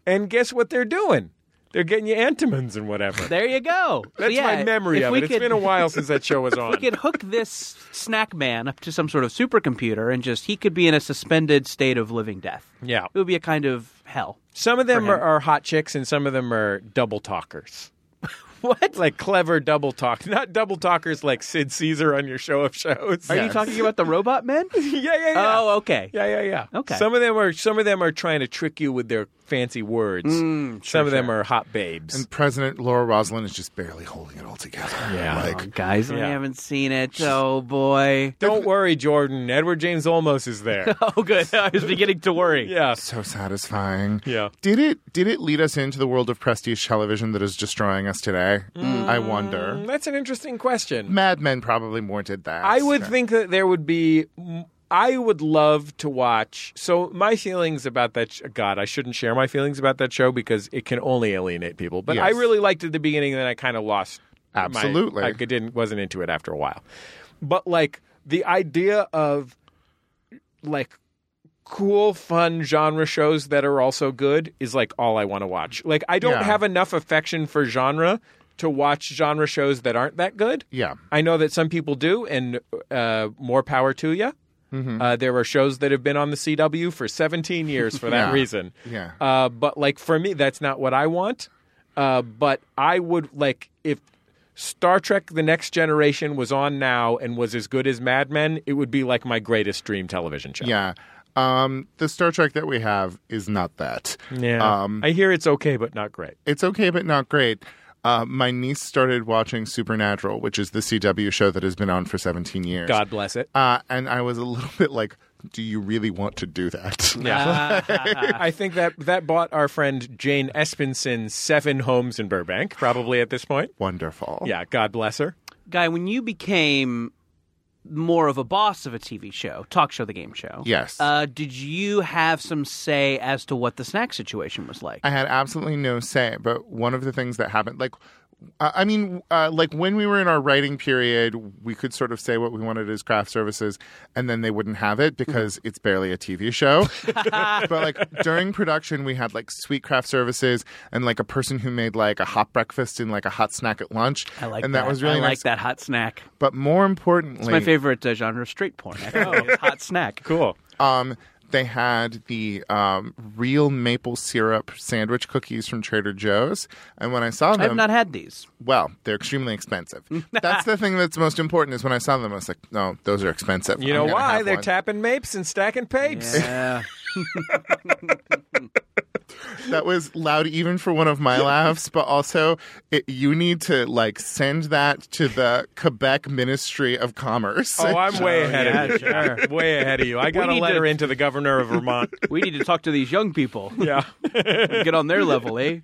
Speaker 2: and guess what they're doing? They're getting you antimons and whatever.
Speaker 3: There you go. So,
Speaker 2: That's
Speaker 3: yeah,
Speaker 2: my memory
Speaker 3: if
Speaker 2: of
Speaker 3: we
Speaker 2: it.
Speaker 3: Could,
Speaker 2: it's been a while since that show was on.
Speaker 3: We could hook this snack man up to some sort of supercomputer, and just he could be in a suspended state of living death.
Speaker 2: Yeah.
Speaker 3: it would be a kind of hell.
Speaker 2: Some of them
Speaker 3: for
Speaker 2: are,
Speaker 3: him.
Speaker 2: are hot chicks, and some of them are double talkers. what? Like clever double talk, not double talkers like Sid Caesar on your show of shows.
Speaker 3: Are you
Speaker 4: Yes.
Speaker 3: talking about the robot men?
Speaker 2: yeah, yeah, yeah.
Speaker 3: Oh, okay.
Speaker 2: Yeah, yeah, yeah.
Speaker 3: Okay.
Speaker 2: Some of them are some of them are trying to trick you with their fancy words. some of them are hot babes.
Speaker 4: and President Laura Roslin is just barely holding it all together.
Speaker 2: Yeah.
Speaker 4: Like
Speaker 3: guys, I
Speaker 2: Yeah.
Speaker 3: haven't seen it. Oh boy.
Speaker 2: Don't worry, Jordan. Edward James Olmos is there.
Speaker 3: Oh good. I was beginning to worry.
Speaker 2: yeah.
Speaker 4: so satisfying.
Speaker 2: Yeah.
Speaker 4: Did it did it lead us into the world of prestige television that is destroying us today? they?
Speaker 2: Mm.
Speaker 4: I wonder.
Speaker 2: That's an interesting question.
Speaker 4: Mad Men probably more did that.
Speaker 2: I would think that there would be. I would love to watch. So my feelings about that. Sh- God, I shouldn't share my feelings about that show because it can only alienate people. But I
Speaker 4: Yes.
Speaker 2: really liked it at the beginning, and then I kind of lost. my-
Speaker 4: Absolutely.
Speaker 2: I didn't wasn't into it after a while. But like the idea of like cool, fun genre shows that are also good is like all I want to watch. Like I don't
Speaker 4: Yeah.
Speaker 2: have enough affection for genre to watch genre shows that aren't that good.
Speaker 4: Yeah.
Speaker 2: I know that some people do, and uh, more power to you.
Speaker 4: Mm-hmm.
Speaker 2: Uh, there are shows that have been on the CW for 17 years for that
Speaker 4: Yeah.
Speaker 2: reason.
Speaker 4: Yeah.
Speaker 2: Uh, but like for me, that's not what I want. Uh, but I would like if Star Trek: The Next Generation was on now and was as good as Mad Men, it would be like my greatest dream television show.
Speaker 4: Yeah. Um, the Star Trek that we have is not that.
Speaker 2: Yeah.
Speaker 4: Um,
Speaker 2: I hear it's okay, but not great.
Speaker 4: it's okay, but not great. Uh, my niece started watching Supernatural, which is the CW show that has been on for 17 years.
Speaker 2: God bless it.
Speaker 4: Uh, and I was a little bit like, do you really want to do that?
Speaker 2: Yeah. I think that that bought our friend Jane Espenson seven homes in Burbank, probably at this point.
Speaker 4: Wonderful.
Speaker 2: Yeah, God bless her.
Speaker 3: Guy, when you became more of a boss of a TV show, talk show, the game show,
Speaker 4: Yes.
Speaker 3: uh, did you have some say as to what the snack situation was like?
Speaker 4: I had absolutely no say, but one of the things that happened, like, I I mean, uh, like when we were in our writing period, we could sort of say what we wanted as craft services, and then they wouldn't have it because it's barely a TV show. but like during production, we had like sweet craft services and like a person who made like a hot breakfast and like a hot snack at lunch.
Speaker 3: I like
Speaker 4: and
Speaker 3: that.
Speaker 4: that, was really
Speaker 3: I
Speaker 4: nice.
Speaker 3: like that hot snack.
Speaker 4: But more importantly,
Speaker 3: It's my favorite uh, genre of street porn. Actually, is hot snack.
Speaker 2: Cool.
Speaker 4: Um, they had the um, real maple syrup sandwich cookies from Trader Joe's, and when I saw them,
Speaker 3: I've not had these.
Speaker 4: well, they're extremely expensive. that's the thing that's most important is when I saw them, I was like, no, those are expensive.
Speaker 2: You
Speaker 4: I'm
Speaker 2: know
Speaker 4: gonna
Speaker 2: why?
Speaker 4: have
Speaker 2: They're
Speaker 4: one.
Speaker 2: tapping mapes and stacking papes.
Speaker 3: Yeah.
Speaker 4: that was loud even for one of my laughs, but also it, you need to like send that to the Quebec Ministry of Commerce.
Speaker 2: Oh, I'm way ahead of you.
Speaker 3: yeah,
Speaker 2: I'm way ahead of you. I got a
Speaker 3: need
Speaker 2: letter
Speaker 3: to-
Speaker 2: into the governor of Vermont.
Speaker 3: we need to talk to these young people.
Speaker 2: yeah.
Speaker 3: Get on their level, eh?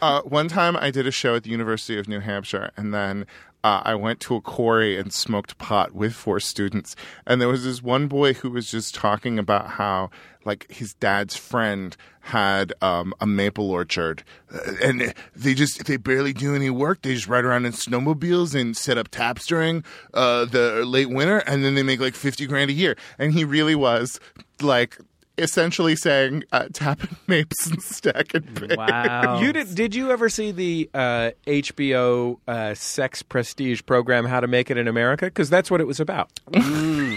Speaker 4: Uh, one time I did a show at the University of New Hampshire, and then uh, I went to a quarry and smoked pot with four students. And there was this one boy who was just talking about how, like, his dad's friend had um, a maple orchard, uh, and they just they barely do any work. They just ride around in snowmobiles and set up taps during uh, the late winter, and then they make like fifty grand a year. And he really was like. Essentially saying, uh, tap and mapes and stack and pay.
Speaker 3: Wow.
Speaker 2: You did? Did you ever see the uh, HBO uh, sex prestige program, How to Make It in America? Because that's what it was about.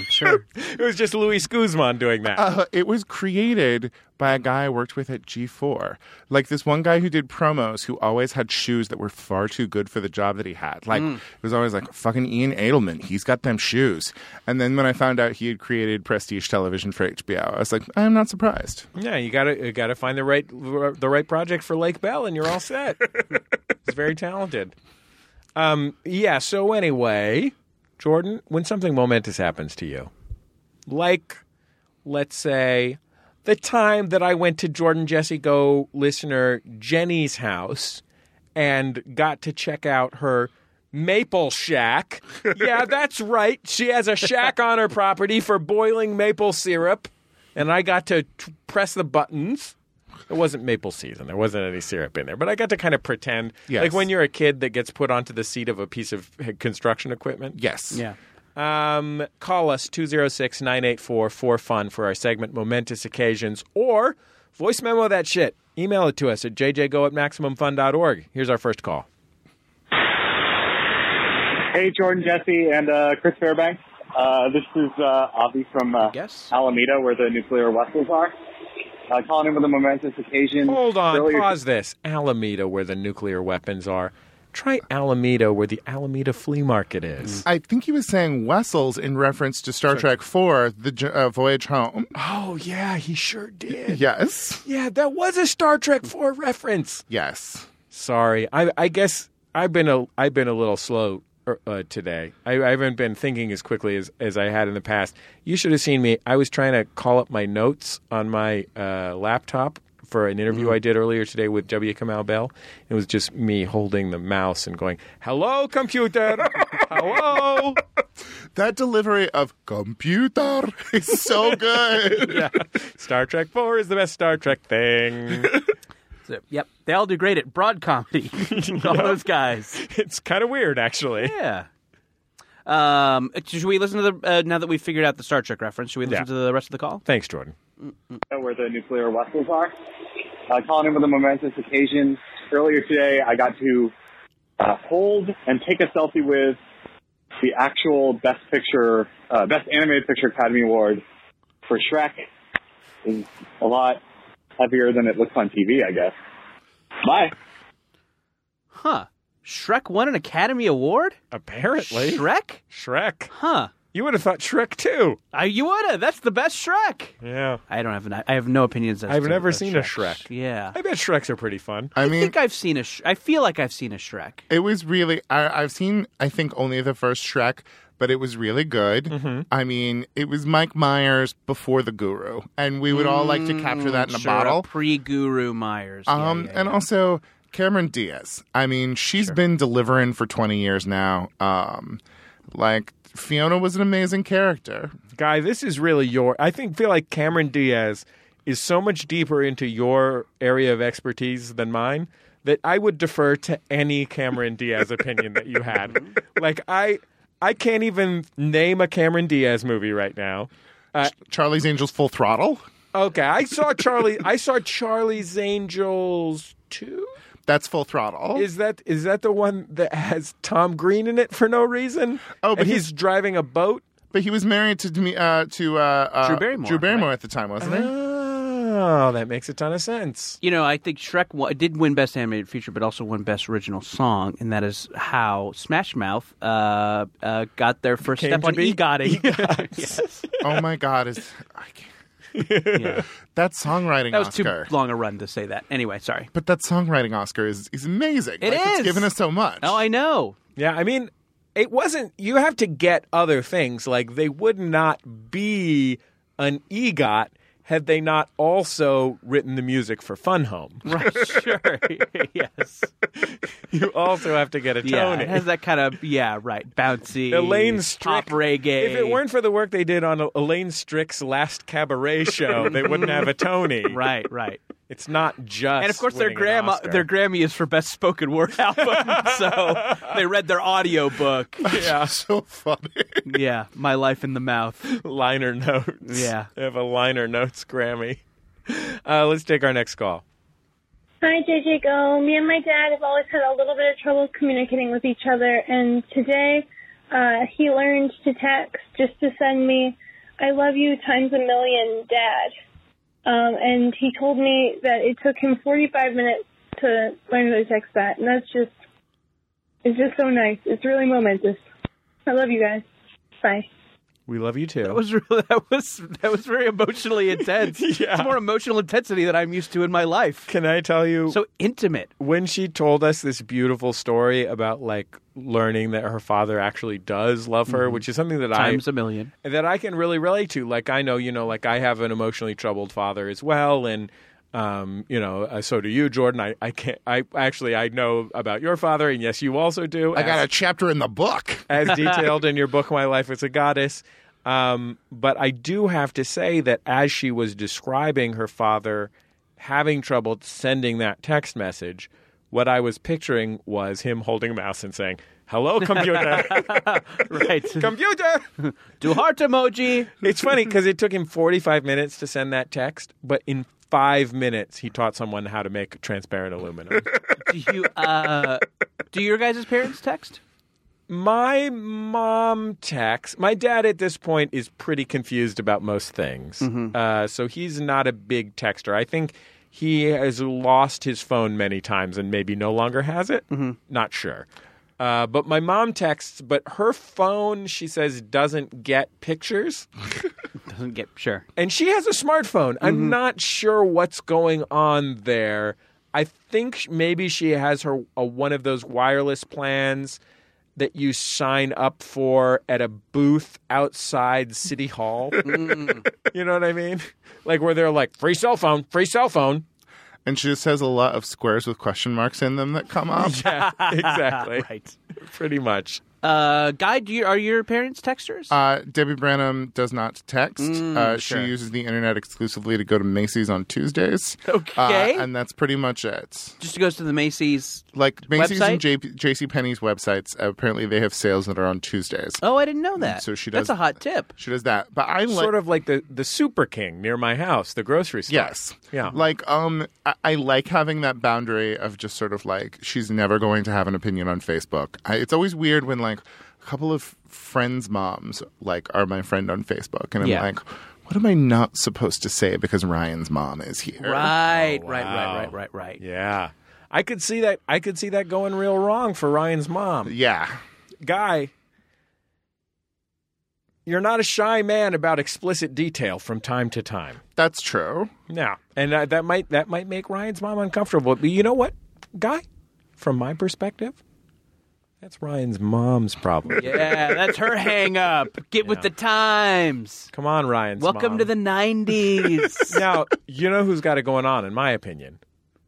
Speaker 3: sure.
Speaker 2: It was just Luis Guzman doing that.
Speaker 4: Uh, it was created by a guy I worked with at G4. Like this one guy who did promos who always had shoes that were far too good for the job that he had. Like
Speaker 3: Mm.
Speaker 4: it was always like fucking Ian Edelman, he's got them shoes. And then when I found out he had created prestige television for HBO, I was like, I'm not surprised.
Speaker 2: yeah, you gotta you gotta find the right the right project for Lake Bell, and you're all set. He's very talented. Um, yeah. So anyway, Jordan, when something momentous happens to you, like let's say the time that I went to Jordan Jesse Go listener Jenny's house and got to check out her maple shack. yeah, that's right. She has a shack on her property for boiling maple syrup, and I got to t- press the buttons. It wasn't maple season. There wasn't any syrup in there, but I got to kind of pretend
Speaker 4: Yes.
Speaker 2: like when you're a kid that gets put onto the seat of a piece of construction equipment.
Speaker 4: Yes.
Speaker 3: Yeah.
Speaker 2: Um, call us 206 984 4FUN for our segment Momentous Occasions or voice memo that shit. Email it to us at jjgo at MaximumFun.org. Here's our first call.
Speaker 5: Hey, Jordan, Jesse, and uh, Chris Fairbanks. Uh, this is uh, Avi from uh,
Speaker 3: Yes.
Speaker 5: Alameda, where the nuclear vessels are. Uh, calling in with a momentous occasion.
Speaker 2: Hold on,
Speaker 5: Earlier-
Speaker 2: pause this. Alameda, where the nuclear weapons are. Try Alameda, where the Alameda flea market is.
Speaker 4: I think he was saying Wessels in reference to Star Trek 4, The jo- uh, Voyage Home.
Speaker 2: Oh, yeah, he sure did.
Speaker 4: Yes.
Speaker 2: Yeah, that was a Star Trek 4 reference.
Speaker 4: Yes.
Speaker 2: Sorry, I, I guess I've been a I've been a little slow er, uh, today. I, I haven't been thinking as quickly as, as I had in the past. You should have seen me. I was trying to call up my notes on my uh, laptop for an interview I did earlier today with W. Kamau Bell. It was just me holding the mouse and going, "Hello, computer. Hello."
Speaker 4: That delivery of computer is so good.
Speaker 2: Star Trek Four is the best Star Trek thing.
Speaker 3: So, yep, they all do great at broad comedy. all those guys.
Speaker 2: it's kind of weird, actually.
Speaker 3: Yeah. Um, should we listen to the uh, now that we've figured out the Star Trek reference? Should we listen
Speaker 2: Yeah.
Speaker 3: to the rest of the call?
Speaker 2: Thanks, Jordan.
Speaker 5: where the nuclear vessels are. Uh, calling in with a momentous occasion. Earlier today, I got to uh, hold and take a selfie with the actual Best Picture, uh, Best Animated Picture Academy Award for Shrek. Is a lot heavier than it looks on TV, I guess. Bye.
Speaker 3: Huh? Shrek won an Academy Award.
Speaker 2: Apparently,
Speaker 3: Shrek?
Speaker 2: Shrek.
Speaker 3: Huh?
Speaker 2: You would have thought Shrek too.
Speaker 3: I, you woulda. That's the best Shrek.
Speaker 2: Yeah.
Speaker 3: I don't have. An, I have no opinions. As
Speaker 2: I've
Speaker 3: to
Speaker 2: never
Speaker 3: the
Speaker 2: seen a Shrek.
Speaker 3: Yeah.
Speaker 2: I bet Shreks are pretty fun.
Speaker 4: I
Speaker 3: I
Speaker 4: mean,
Speaker 3: think I've seen a. Sh- I feel like I've seen a Shrek.
Speaker 4: It was really. I, I've seen. I think only the first Shrek, but it was really good.
Speaker 3: Mm-hmm.
Speaker 4: I mean, it was Mike Myers before the Guru, and we would all like to capture that in a
Speaker 3: Mm, Sure,
Speaker 4: bottle.
Speaker 3: pre-Guru Myers. Yeah,
Speaker 4: Um,
Speaker 3: yeah,
Speaker 4: and also Cameron Diaz. I mean, she's been delivering for twenty years now. Um, like Fiona was an amazing character.
Speaker 2: Guy, this is really your. I think feel like Cameron Diaz is so much deeper into your area of expertise than mine that I would defer to any Cameron Diaz opinion that you had. Like I, I can't even name a Cameron Diaz movie right now.
Speaker 4: Charlie's Angels Full Throttle.
Speaker 2: Okay, I saw Charlie. I saw Charlie's Angels two.
Speaker 4: That's Full Throttle.
Speaker 2: Is that is that the one that has Tom Green in it for no reason?
Speaker 4: Oh,
Speaker 2: And
Speaker 4: but
Speaker 2: he's driving a boat.
Speaker 4: but he was married to Demi- uh, to uh, uh,
Speaker 3: Drew Barrymore,
Speaker 4: Drew Barrymore
Speaker 3: right? Uh-huh.
Speaker 4: at the time, wasn't he?
Speaker 2: Oh, that makes a ton of sense.
Speaker 3: You know, I think Shrek won, did win Best Animated Feature, but also won Best Original Song, and that is how Smash Mouth uh, uh, got their first
Speaker 2: Came
Speaker 3: step
Speaker 2: to
Speaker 3: on
Speaker 2: be
Speaker 3: EGOTing. yes.
Speaker 4: oh my God! Is I can't,
Speaker 3: Yeah.
Speaker 4: that songwriting
Speaker 3: That was too
Speaker 4: Oscar?
Speaker 3: long a run to say that. Anyway, sorry.
Speaker 4: But that songwriting Oscar is, is amazing.
Speaker 3: It
Speaker 4: Like, It's
Speaker 3: is.
Speaker 4: given us so much.
Speaker 3: Oh, I know.
Speaker 2: Yeah, I mean, it wasn't. You have to get other things. Like they would not be an EGOT had they not also written the music for Fun Home.
Speaker 3: Right. Sure. yes.
Speaker 2: You also have to get a
Speaker 3: Yeah.
Speaker 2: Tony.
Speaker 3: It has that kind of yeah, right. Bouncy.
Speaker 2: Elaine Strick.
Speaker 3: pop reggae.
Speaker 2: If it weren't for the work they did on Elaine Strick's last cabaret show, they wouldn't have a Tony.
Speaker 3: right, right.
Speaker 2: It's not just.
Speaker 3: and of course their
Speaker 2: winning an
Speaker 3: grandma
Speaker 2: Oscar.
Speaker 3: their Grammy is for best spoken word album so they read their audio book
Speaker 4: yeah. so funny.
Speaker 3: yeah my life in the mouth
Speaker 2: liner notes.
Speaker 3: Yeah.
Speaker 2: They have a liner notes Grammy. Uh, let's take our next call.
Speaker 6: Hi, JJ Go. Me and my dad have always had a little bit of trouble communicating with each other, and today uh, he learned to text just to send me, I love you times a million, Dad. Um, and he told me that it took him 45 minutes to learn how to text that, and that's just, it's just so nice. It's really momentous. I love you guys. Bye.
Speaker 2: We love you too.
Speaker 3: that was really, that was that was very emotionally intense
Speaker 2: Yeah.
Speaker 3: it's more emotional intensity than I'm used to in my life
Speaker 2: Can I tell you?
Speaker 3: so intimate
Speaker 2: when she told us this beautiful story about like learning that her father actually does love her,
Speaker 4: Mm-hmm.
Speaker 2: which is something that
Speaker 3: times
Speaker 2: I
Speaker 3: a million
Speaker 2: that I can really relate to. Like I know, you know, like I have an emotionally troubled father as well, and um, you know, uh, so do you, Jordan. I, I can't. I actually I know about your father, and yes, you also do.
Speaker 4: I got a
Speaker 2: as,
Speaker 4: chapter in the book.
Speaker 2: as detailed in your book, My Life as a Goddess. Um, but I do have to say that as she was describing her father having trouble sending that text message, what I was picturing was him holding a mouse and saying, Hello, computer.
Speaker 3: right
Speaker 2: computer.
Speaker 3: do heart emoji
Speaker 2: It's funny because it took him 45 minutes to send that text, but in five minutes, he taught someone how to make transparent aluminum.
Speaker 3: do you uh do your guys' parents text
Speaker 2: My mom texts. My dad at this point is pretty confused about most things. Uh, so he's not a big texter. I think he has lost his phone many times and maybe no longer has it. Not sure. Uh, but my mom texts, but her phone, she says, doesn't get pictures.
Speaker 3: doesn't get sure
Speaker 2: And she has a smartphone.
Speaker 4: Mm-hmm.
Speaker 2: I'm not sure what's going on there. I think sh- maybe she has her a, one of those wireless plans that you sign up for at a booth outside City
Speaker 4: Mm.
Speaker 2: Hall. you know what I mean? Like where they're like free cell phone, free cell phone.
Speaker 4: and she just has a lot of squares with question marks in them that come up.
Speaker 2: Yeah, exactly.
Speaker 3: right.
Speaker 2: Pretty much.
Speaker 3: Uh, Guy, do you, are your parents texters?
Speaker 4: Uh, Debbie Branham does not text. uh,
Speaker 3: sure.
Speaker 4: She uses the internet exclusively to go to Macy's on Tuesdays.
Speaker 3: Okay.
Speaker 4: Uh, and that's pretty much it.
Speaker 3: Just goes to the Macy's.
Speaker 4: Like Macy's
Speaker 3: Website?
Speaker 4: and J- JCPenney's websites, apparently they have sales that are on Tuesdays.
Speaker 3: Oh, I didn't know that.
Speaker 4: Mm, So she does-
Speaker 3: That's a hot tip.
Speaker 4: She does that. But I like.
Speaker 2: sort of like the, the Super King near my house, the grocery store.
Speaker 4: Yes.
Speaker 2: Yeah.
Speaker 4: Like, um, I, I like having that boundary of just sort of like she's never going to have an opinion on Facebook. I, it's always weird when like a couple of friends' moms like are my friend on Facebook, and I'm
Speaker 3: Yeah.
Speaker 4: like, what am I not supposed to say because Ryan's mom is here?
Speaker 3: Right,
Speaker 4: Oh,
Speaker 3: right,
Speaker 2: wow.
Speaker 3: right, right, right, right.
Speaker 2: Yeah. I could see that I could see that going real wrong for Ryan's mom.
Speaker 4: Yeah.
Speaker 2: Guy, you're not a shy man about explicit detail from time to time.
Speaker 4: That's true.
Speaker 2: Now, and uh, that might that might make Ryan's mom uncomfortable. But you know what, Guy? From my perspective, that's Ryan's mom's problem.
Speaker 3: Yeah, that's her hang up. Get with the times.
Speaker 2: Come on, Ryan's
Speaker 3: Welcome
Speaker 2: mom.
Speaker 3: to the 90s.
Speaker 2: now, you know who's got it going on, in my opinion?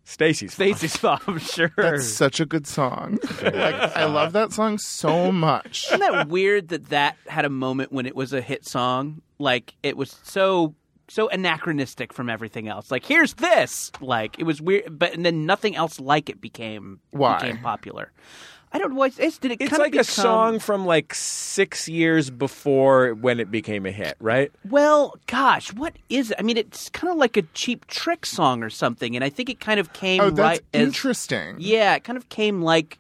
Speaker 2: Stacy's. mom.
Speaker 3: Stacy's mom, sure.
Speaker 4: That's such a good song. like, I love that song so much.
Speaker 3: Isn't that weird that that had a moment when it was a hit song? Like it was so so anachronistic from everything else. Like here's this. Like it was weird, but and then nothing else like it became
Speaker 4: Why?
Speaker 3: became popular. I don't know. It's, it's, did it
Speaker 2: It's
Speaker 3: kinda
Speaker 2: like a
Speaker 3: become-
Speaker 2: song from like six years before when it became a hit, right?
Speaker 3: Well, gosh, what is it? I mean, it's kind of like a cheap trick song or something, and I think it kind of came
Speaker 4: Oh, that's
Speaker 3: right as
Speaker 4: interesting.
Speaker 3: Yeah, it kind of came like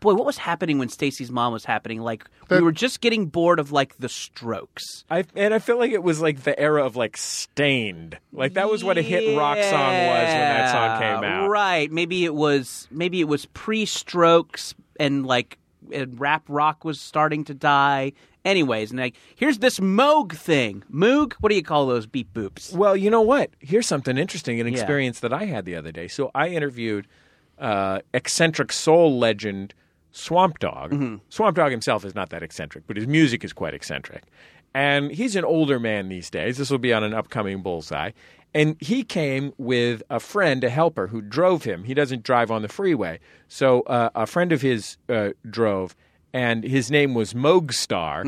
Speaker 3: boy, what was happening when Stacy's mom was happening? Like
Speaker 4: That-
Speaker 3: we were just getting bored of like the strokes.
Speaker 2: I and I feel like it was like the era of like Stained, like that was what a hit rock song was when that song came
Speaker 3: Yeah,
Speaker 2: out.
Speaker 3: Right. Maybe it was maybe it was pre-strokes and like and rap rock was starting to die. Anyways, and like here's this Moog thing. Moog, what do you call those beep boops?
Speaker 2: Well, you know what? Here's something interesting, an experience that I had the other day. So I interviewed uh, eccentric soul legend Swamp Dog. Swamp Dog himself is not that eccentric, but his music is quite eccentric. And he's an older man these days. This will be on an upcoming bullseye. And he came with a friend, a helper, who drove him. He doesn't drive on the freeway. So uh, a friend of his uh, drove, and his name was Mogstar.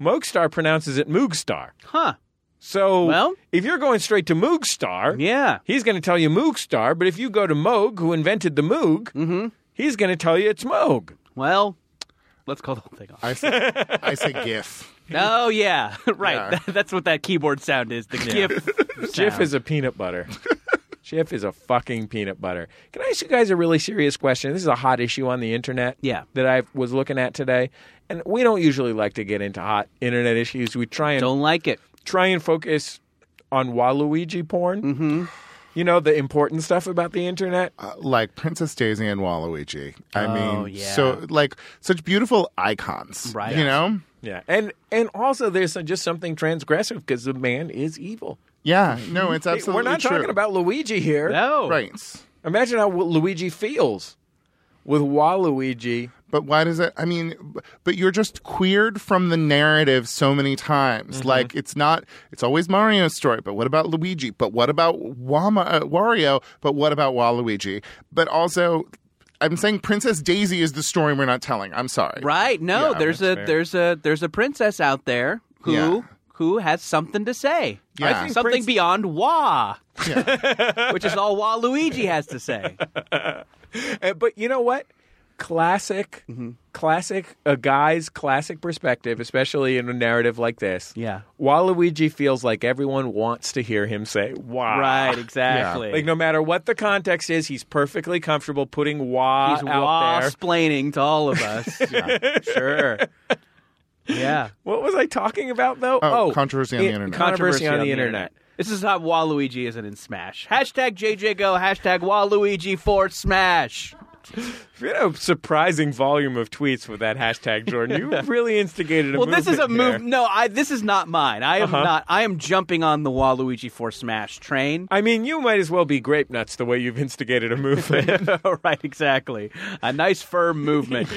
Speaker 2: Mogstar pronounces it Moogstar.
Speaker 3: Huh.
Speaker 2: So
Speaker 3: Well-
Speaker 2: if you're going straight to Moogstar,
Speaker 3: Yeah.
Speaker 2: he's going to tell you Moogstar. But if you go to Moog, who invented the Moog,
Speaker 3: Mm-hmm.
Speaker 2: he's going to tell you it's Moog.
Speaker 3: Well, let's call the whole thing off.
Speaker 4: I say, I say GIF.
Speaker 3: Oh yeah, right.
Speaker 4: Yeah.
Speaker 3: That's what that keyboard sound is. The GIF.
Speaker 2: Jif
Speaker 3: sound.
Speaker 2: is a peanut butter. Jif is a fucking peanut butter. Can I ask you guys a really serious question? This is a hot issue on the internet.
Speaker 3: Yeah.
Speaker 2: that I was looking at today, and we don't usually like to get into hot internet issues. We try and
Speaker 3: don't like it.
Speaker 2: try and focus on Waluigi porn. Mm-hmm. You know the important stuff about the internet.
Speaker 4: Uh, like Princess Daisy and Waluigi. I
Speaker 3: Oh,
Speaker 4: mean,
Speaker 3: yeah.
Speaker 4: so like such beautiful icons.
Speaker 3: Right.
Speaker 4: You know?
Speaker 2: Yeah, and and also there's just something transgressive because the man is evil.
Speaker 4: Yeah. No, it's
Speaker 2: Hey,
Speaker 4: absolutely
Speaker 2: We're not
Speaker 4: true.
Speaker 2: talking about Luigi here.
Speaker 3: No.
Speaker 4: Right.
Speaker 2: Imagine how Luigi feels with Waluigi.
Speaker 4: But why does it? I mean, b- but you're just queered from the narrative so many times.
Speaker 2: Mm-hmm.
Speaker 4: Like it's not. It's always Mario's story. But what about Luigi? But what about Wama, uh, Wario? But what about Waluigi? But also, I'm saying Princess Daisy is the story we're not telling. I'm sorry.
Speaker 3: Right. No.
Speaker 4: Yeah,
Speaker 3: there's a there's a there's a princess out there who
Speaker 4: Yeah.
Speaker 3: who has something to say.
Speaker 4: Yeah. I think
Speaker 3: Something
Speaker 2: prince-
Speaker 3: beyond Wah. Which is all Waluigi has to say.
Speaker 2: Uh, but you know what? Classic, classic, a guy's classic perspective, especially in a narrative like this.
Speaker 3: Yeah.
Speaker 2: Waluigi feels like everyone wants to hear him say "Wah."
Speaker 3: Right. Exactly.
Speaker 2: Like no matter what the context is, he's perfectly comfortable putting "Wah"
Speaker 3: He's
Speaker 2: out there.
Speaker 3: Wah-splaining to all of us. Yeah, Sure. Yeah.
Speaker 2: What was I talking about though?
Speaker 4: Oh, controversy on the
Speaker 2: it-
Speaker 4: internet.
Speaker 2: Controversy, on the, internet.
Speaker 3: This is how Waluigi isn't in Smash. Hashtag JJGo, hashtag Waluigi for Smash.
Speaker 2: You had a surprising volume of tweets with that hashtag, Jordan. You really instigated a
Speaker 3: Well, this is a
Speaker 2: movement Uh-huh.
Speaker 3: move.
Speaker 2: here.
Speaker 3: No, I, this is not mine. I am not. I am jumping on the Waluigi for Smash train.
Speaker 2: I mean, you might as well be grape nuts the way you've instigated a movement.
Speaker 3: right, exactly. A nice firm movement.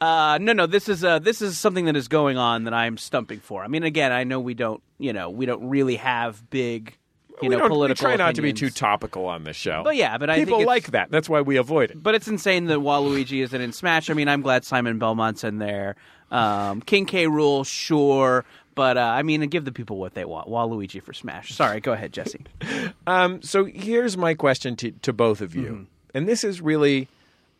Speaker 3: uh, no, no, this is uh, this is something that is going on that I'm stumping for. I mean, again, I know we don't, you know, we don't really have big you
Speaker 2: we
Speaker 3: know
Speaker 2: don't-
Speaker 3: political.
Speaker 2: We try not to be too
Speaker 3: opinions.
Speaker 2: topical on this show.
Speaker 3: But yeah, but I
Speaker 2: people
Speaker 3: think it's-
Speaker 2: like that. That's why we avoid it.
Speaker 3: But it's insane that Waluigi isn't in Smash. I mean, I'm glad Simon Belmont's in there. Um, King K. Rule, sure, but uh, I mean, give the people what they want. Waluigi for Smash. Sorry, go ahead, Jesse.
Speaker 2: Um, so here's my question to, to both of you,
Speaker 3: Mm-hmm.
Speaker 2: and this is really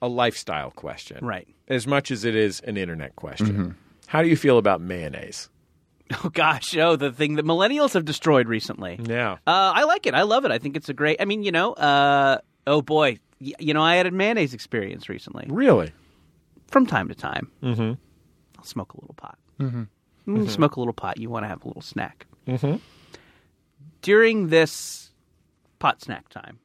Speaker 2: a lifestyle question,
Speaker 3: Right.
Speaker 2: As much as it is an internet question. How do you feel about mayonnaise?
Speaker 3: Oh gosh, oh the thing that millennials have destroyed recently.
Speaker 2: Yeah.
Speaker 3: Uh, I like it. I love it. I think it's a great. I mean, you know, uh, oh boy, y- you know, I had a mayonnaise experience recently.
Speaker 2: Really?
Speaker 3: From time to time, mm-hmm. I'll smoke a little pot. Mm-hmm. Smoke a little pot. You want to have a little snack. Mm-hmm. During this pot snack time,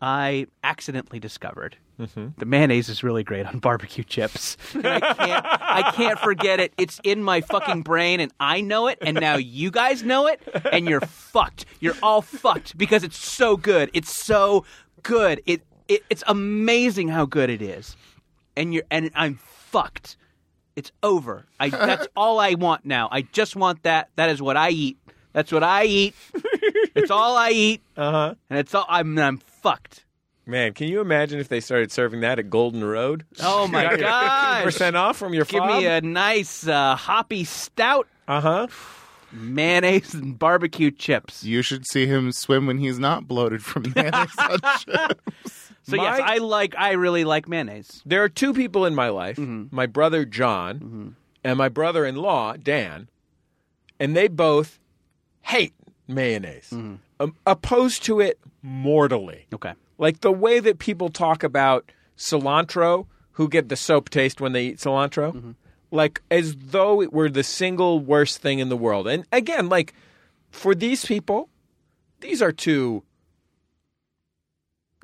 Speaker 3: I accidentally discovered the mayonnaise is really great on barbecue chips. And I can't, I can't forget it. It's in my fucking brain, and I know it. And now you guys know it, and you're fucked. You're all fucked because it's so good. It's so good. It, it it's amazing how good it is, and you're and I'm fucked. It's over. I that's all I want now. I just want that. That is what I eat. That's what I eat. it's all I eat. Uh
Speaker 2: Uh-huh.
Speaker 3: huh. And it's all I'm. I'm fucked.
Speaker 2: Man, can you imagine if they started serving that at Golden Road?
Speaker 3: Oh my god!
Speaker 2: percent off from your
Speaker 3: Give me a nice uh, hoppy stout,
Speaker 2: uh huh.
Speaker 3: mayonnaise, and barbecue chips.
Speaker 4: You should see him swim when he's not bloated from mayonnaise. on chips.
Speaker 3: So yes,
Speaker 2: My-
Speaker 3: I like. I really like mayonnaise.
Speaker 2: There are two people in my life:
Speaker 3: Mm-hmm.
Speaker 2: my brother John and my brother-in-law Dan, and they both hate mayonnaise,
Speaker 3: Mm-hmm.
Speaker 2: um, opposed to it mortally.
Speaker 3: Okay.
Speaker 2: Like the way that people talk about cilantro, who get the soap taste when they eat cilantro, like as though it were the single worst thing in the world. And again, like for these people, these are two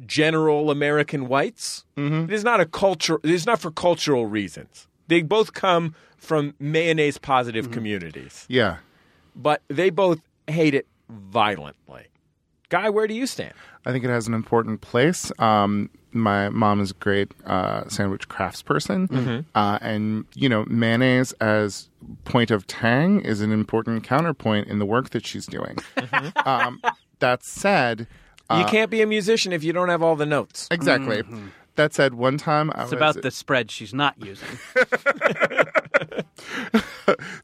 Speaker 2: general American whites. It is not a culture. It is not for cultural reasons. They both come from mayonnaise positive communities,
Speaker 4: yeah.
Speaker 2: but they both hate it violently. Guy, where do you stand?
Speaker 4: I think it has an important place. Um, my mom is a great uh, sandwich crafts person,
Speaker 3: Mm-hmm.
Speaker 4: uh, and you know mayonnaise as point of tang is an important counterpoint in the work that she's doing.
Speaker 3: Mm-hmm.
Speaker 4: um, that said,
Speaker 2: You can't be a musician if you don't have all the notes.
Speaker 4: exactly. That said, one time I
Speaker 3: Mm-hmm. It's
Speaker 4: was
Speaker 3: about the spread she's not using.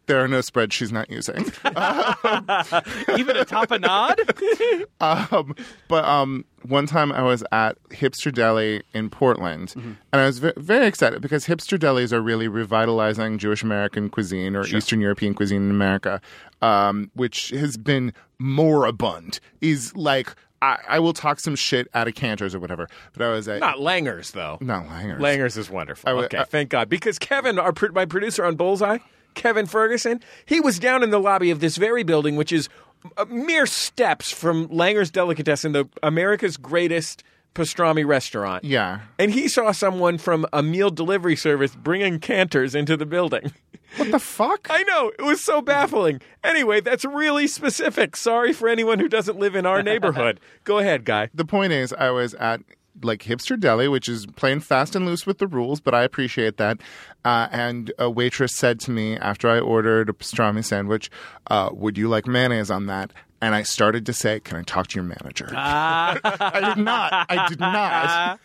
Speaker 4: there are no spreads she's not using.
Speaker 3: Even a tapenade.
Speaker 4: um, but um, one time I was at Hipster Deli in Portland, and I was ve- very excited because hipster delis are really revitalizing Jewish American cuisine or Eastern European cuisine in America, um, which has been moribund. Is like I, I will talk some shit at a Cantor's or whatever, but I was at
Speaker 2: Not Langers, though.
Speaker 4: not Langer's.
Speaker 2: Langers is wonderful.
Speaker 4: would-
Speaker 2: okay,
Speaker 4: I-
Speaker 2: thank God. Because Kevin, our pro- my producer on Bullseye, Kevin Ferguson, he was down in the lobby of this very building, which is uh, mere steps from Langer's Delicatessen, the America's greatest pastrami restaurant.
Speaker 4: Yeah.
Speaker 2: And he saw someone from a meal delivery service bringing canters into the building.
Speaker 4: What the fuck?
Speaker 2: I know. It was so baffling. Anyway, that's really specific. Sorry for anyone who doesn't live in our neighborhood. Go ahead, guy.
Speaker 4: the point is I was at like hipster deli, which is playing fast and loose with the rules, but I appreciate that. Uh, and a waitress said to me after I ordered a pastrami sandwich, uh, "Would you like mayonnaise on that?" And I started to say, "Can I talk to your manager?" I did not. I did not.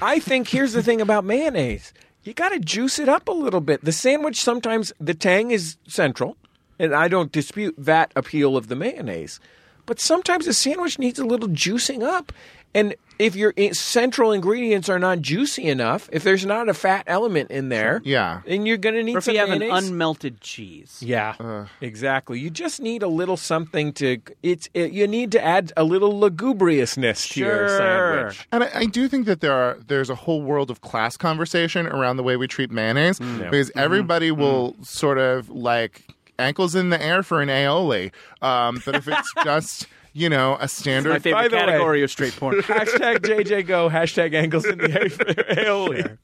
Speaker 2: I think here's the thing about mayonnaise. You got to juice it up a little bit. The sandwich sometimes the tang is central, and I don't dispute that appeal of the mayonnaise. But sometimes a sandwich needs a little juicing up. And if your i- central ingredients are not juicy enough, if there's not a fat element in there,
Speaker 4: Yeah.
Speaker 2: then you're going to need
Speaker 3: Or if
Speaker 2: some
Speaker 3: you have an
Speaker 2: mayonnaise.
Speaker 3: unmelted cheese.
Speaker 2: Yeah, exactly. You just need a little something to. It's it, you need to add a little lugubriousness to your
Speaker 3: Sure.
Speaker 2: sandwich.
Speaker 4: And I, I do think that there are there's a whole world of class conversation around the way we treat mayonnaise
Speaker 2: Mm.
Speaker 4: because
Speaker 2: Mm-hmm.
Speaker 4: everybody will sort of like ankles in the air for an aioli, um, but if it's just you know a standard
Speaker 3: My favorite
Speaker 2: By the way-
Speaker 3: category of straight porn.
Speaker 2: hashtag JJ go. Hashtag ankles in the air for aioli.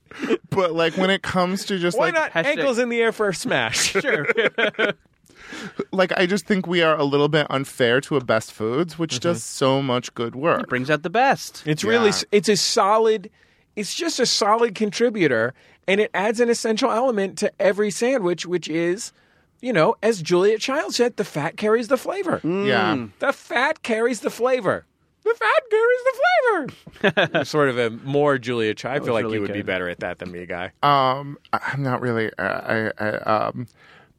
Speaker 4: But like when it comes to just
Speaker 2: Why
Speaker 4: like
Speaker 2: not
Speaker 3: hashtag-
Speaker 2: ankles in the air for smash? Sure.
Speaker 4: like I just think we are a little bit unfair to a best foods, which
Speaker 2: Mm-hmm.
Speaker 4: does so much good work.
Speaker 3: Brings out the best.
Speaker 2: It's really
Speaker 4: Yeah.
Speaker 2: it's a solid. It's just a solid contributor, and it adds an essential element to every sandwich, which is you know, as Juliet Child said, the fat carries the flavor.
Speaker 4: Yeah.
Speaker 2: The fat carries the flavor. The fat carries the flavor. sort of a more Julia Child. I feel like
Speaker 3: really
Speaker 2: you would be
Speaker 3: good.
Speaker 2: better at that than me, guy.
Speaker 4: Um, Oh, I- I'm not really. Uh, I, I um,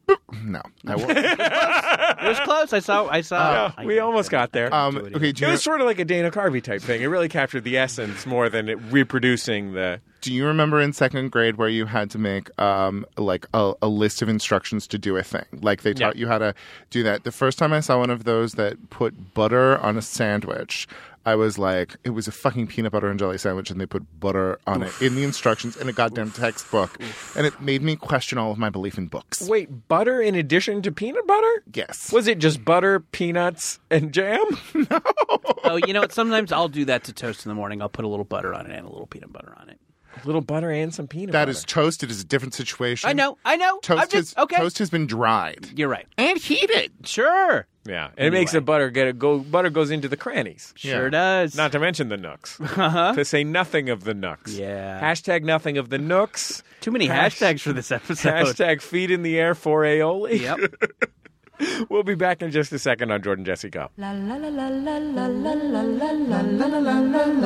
Speaker 4: no, I won't.
Speaker 3: It was close. I saw. I saw. I-
Speaker 2: we almost got there.
Speaker 4: Um,
Speaker 3: Do it
Speaker 4: okay, do
Speaker 2: it
Speaker 4: you,
Speaker 2: was sort of like a Dana Carvey type thing. It really captured the essence more than it reproducing the.
Speaker 4: do you remember in second grade where you had to make um like a, a list of instructions to do a thing? Like they taught you how to do that. The first time I saw one of those that put butter on a sandwich. I was like, it was a fucking peanut butter and jelly sandwich, and they put butter on it in the instructions in a goddamn textbook, and it made me question all of my belief in books.
Speaker 2: Wait, butter in addition to peanut butter?
Speaker 4: Yes.
Speaker 2: Was it just butter, peanuts, and jam?
Speaker 3: Oh, you know what? Sometimes I'll do that to toast in the morning. I'll put a little butter on it and a little peanut butter on it.
Speaker 2: a little butter and some peanut
Speaker 4: That
Speaker 2: butter.
Speaker 4: is toast. It is a different situation.
Speaker 3: I know. I know.
Speaker 4: Toast
Speaker 3: I'm just
Speaker 4: has
Speaker 3: okay.
Speaker 4: toast has been dried.
Speaker 3: You're right.
Speaker 4: and heated.
Speaker 3: Sure.
Speaker 2: Yeah, and it makes the butter get a go. Butter goes into the crannies.
Speaker 3: Sure
Speaker 4: Yeah.
Speaker 3: does.
Speaker 2: Not to mention the nooks. Uh-huh. To say nothing of the nooks.
Speaker 3: Yeah.
Speaker 2: Hashtag nothing of the nooks.
Speaker 3: too many
Speaker 2: Hash-
Speaker 3: hashtags for this episode.
Speaker 2: Hashtag feet in the air for aioli.
Speaker 3: Yep.
Speaker 2: We'll be back in just a second on Jordan Jesse Go.
Speaker 1: La la la la la la la la la la.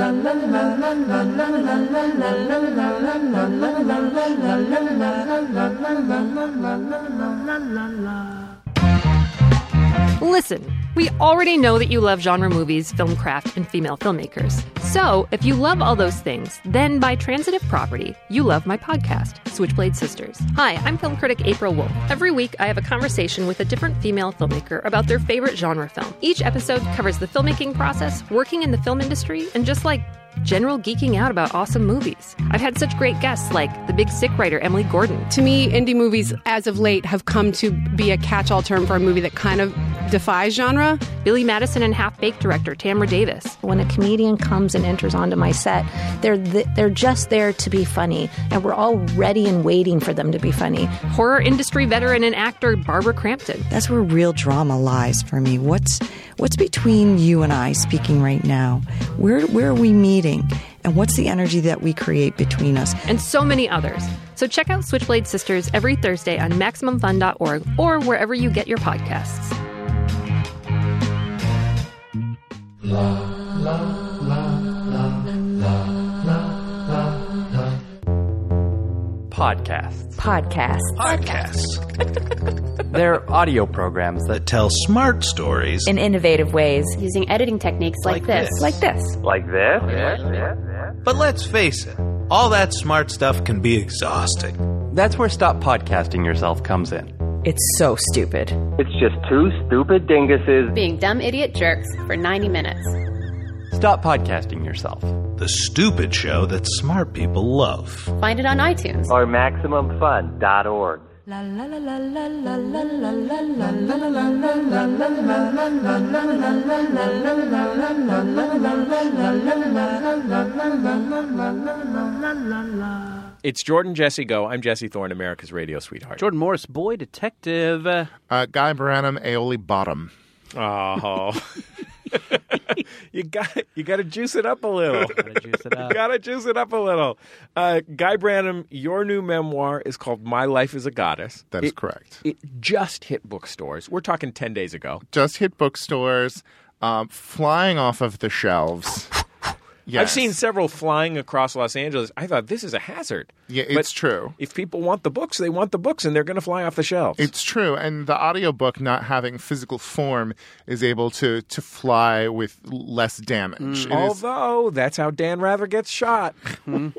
Speaker 7: Listen, we already know that you love genre movies, film craft, and female filmmakers. So, if you love all those things, then by transitive property, you love my podcast, Switchblade Sisters. Hi, I'm film critic April Wolf. Every week, I have a conversation with a different female filmmaker about their favorite genre film. Each episode covers the filmmaking process, working in the film industry, and just like general geeking out about awesome movies. I've had such great guests like the big sick writer Emily Gordon,
Speaker 8: To me, indie movies as of late have come to be a catch all term for a movie that kind of defies genre.
Speaker 7: Billy Madison and Half Baked director Tamra Davis,
Speaker 9: When a comedian comes and enters onto my set, they're th- they're just there to be funny, and we're all ready and waiting for them to be funny.
Speaker 7: horror industry veteran and actor Barbara Crampton,
Speaker 10: That's where real drama lies for me. What's what's between you and I speaking right now? Where where are we meeting? And what's the energy that we create between us?
Speaker 7: and so many others. So check out Switchblade Sisters every Thursday on MaximumFun.org or wherever you get your podcasts.
Speaker 11: Podcasts.
Speaker 9: Podcasts,
Speaker 11: Podcasts. They're audio programs that tell smart stories
Speaker 9: in innovative ways,
Speaker 7: Using editing techniques
Speaker 11: like, this.
Speaker 9: like this.
Speaker 11: Like this? But let's face it, all that smart stuff can be exhausting. That's where Stop Podcasting Yourself comes in.
Speaker 10: It's so stupid.
Speaker 11: It's just two stupid dinguses.
Speaker 7: Being dumb idiot jerks for 90 minutes.
Speaker 11: Stop Podcasting Yourself. The stupid show that smart people love.
Speaker 7: Find it on iTunes.
Speaker 11: Or MaximumFun.org.
Speaker 1: La la la la la la la la la la la la.
Speaker 2: It's Jordan Jesse Go. I'm Jesse Thorne, America's radio sweetheart.
Speaker 3: Jordan Morris, boy detective. Uh,
Speaker 4: Uh, Guy Baranum, aioli bottom.
Speaker 2: Oh. you got you got to juice it up a little.
Speaker 3: gotta juice it up.
Speaker 2: Gotta juice it up a little. Uh, Guy Branum, your new memoir is called My Life as a Goddess.
Speaker 4: That is
Speaker 2: It-
Speaker 4: correct.
Speaker 2: It just hit bookstores. We're talking 10 days ago.
Speaker 4: Just hit bookstores, um, flying off of the shelves. Yes.
Speaker 2: I've seen several flying across Los Angeles. I thought this is a hazard.
Speaker 4: Yeah,
Speaker 2: But
Speaker 4: it's true.
Speaker 2: If people want the books, they want the books and they're going to fly off the shelves.
Speaker 4: It's true, and the audiobook not having physical form is able to to fly with less damage. It is-
Speaker 2: Although that's how Dan Rather gets shot.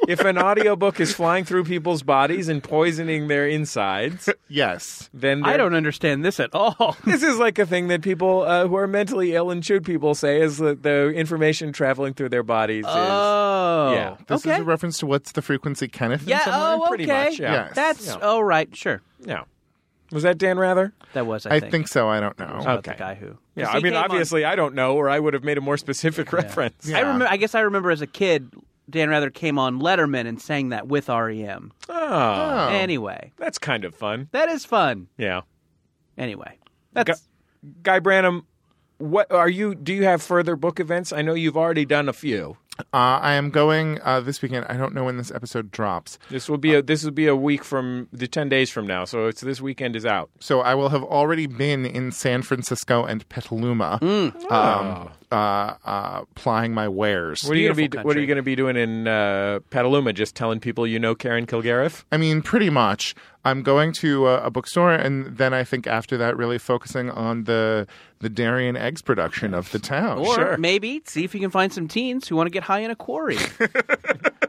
Speaker 2: if an audiobook is flying through people's bodies and poisoning their insides,
Speaker 4: yes,
Speaker 2: then
Speaker 3: I
Speaker 2: they're-
Speaker 3: don't understand this at all.
Speaker 2: This is like a thing that people uh, who are mentally ill and shoot people say is that the information traveling through their bodies is.
Speaker 3: Oh.
Speaker 2: Yeah.
Speaker 4: this
Speaker 3: okay.
Speaker 4: is a reference to what's the frequency, Kenneth? in
Speaker 3: yeah.
Speaker 4: some way?
Speaker 3: Oh, okay.
Speaker 2: pretty much, yeah.
Speaker 4: Yes.
Speaker 3: That's
Speaker 2: Yeah.
Speaker 3: oh right. Sure.
Speaker 2: No. Was that Dan Rather?
Speaker 3: That was. I, Oh.
Speaker 4: I think so. I don't know.
Speaker 3: about the
Speaker 2: Okay.
Speaker 3: guy who.
Speaker 2: Yeah,
Speaker 3: 'Cause
Speaker 2: I
Speaker 3: he
Speaker 2: mean,
Speaker 3: came on-
Speaker 2: obviously, I don't know, or I would have made a more specific reference.
Speaker 3: I remember. I guess I remember as a kid, Dan Rather came on Letterman and sang that with REM.
Speaker 2: Oh,
Speaker 4: Oh.
Speaker 3: Anyway,
Speaker 2: that's kind of fun.
Speaker 3: that is fun.
Speaker 2: Yeah,
Speaker 3: Anyway, that's
Speaker 2: Guy Branum, what are you? Do you have further book events? I know you've already done a few.
Speaker 4: Uh, I am going uh, this weekend. I don't know when this episode drops.
Speaker 2: This will be a this will be a week from the ten days from now. So it's this weekend is out.
Speaker 4: So I will have already been in San Francisco and Petaluma, um, uh, uh, plying my wares.
Speaker 2: What are you gonna be What are you gonna be doing in uh, Petaluma? Just telling people you know Karen Kilgariff.
Speaker 4: I mean, pretty much. I'm going to uh, a, a bookstore, and then I think after that, really focusing on the the dairy and eggs production of the town.
Speaker 3: or maybe see if you can find some teens who want to get high in a quarry.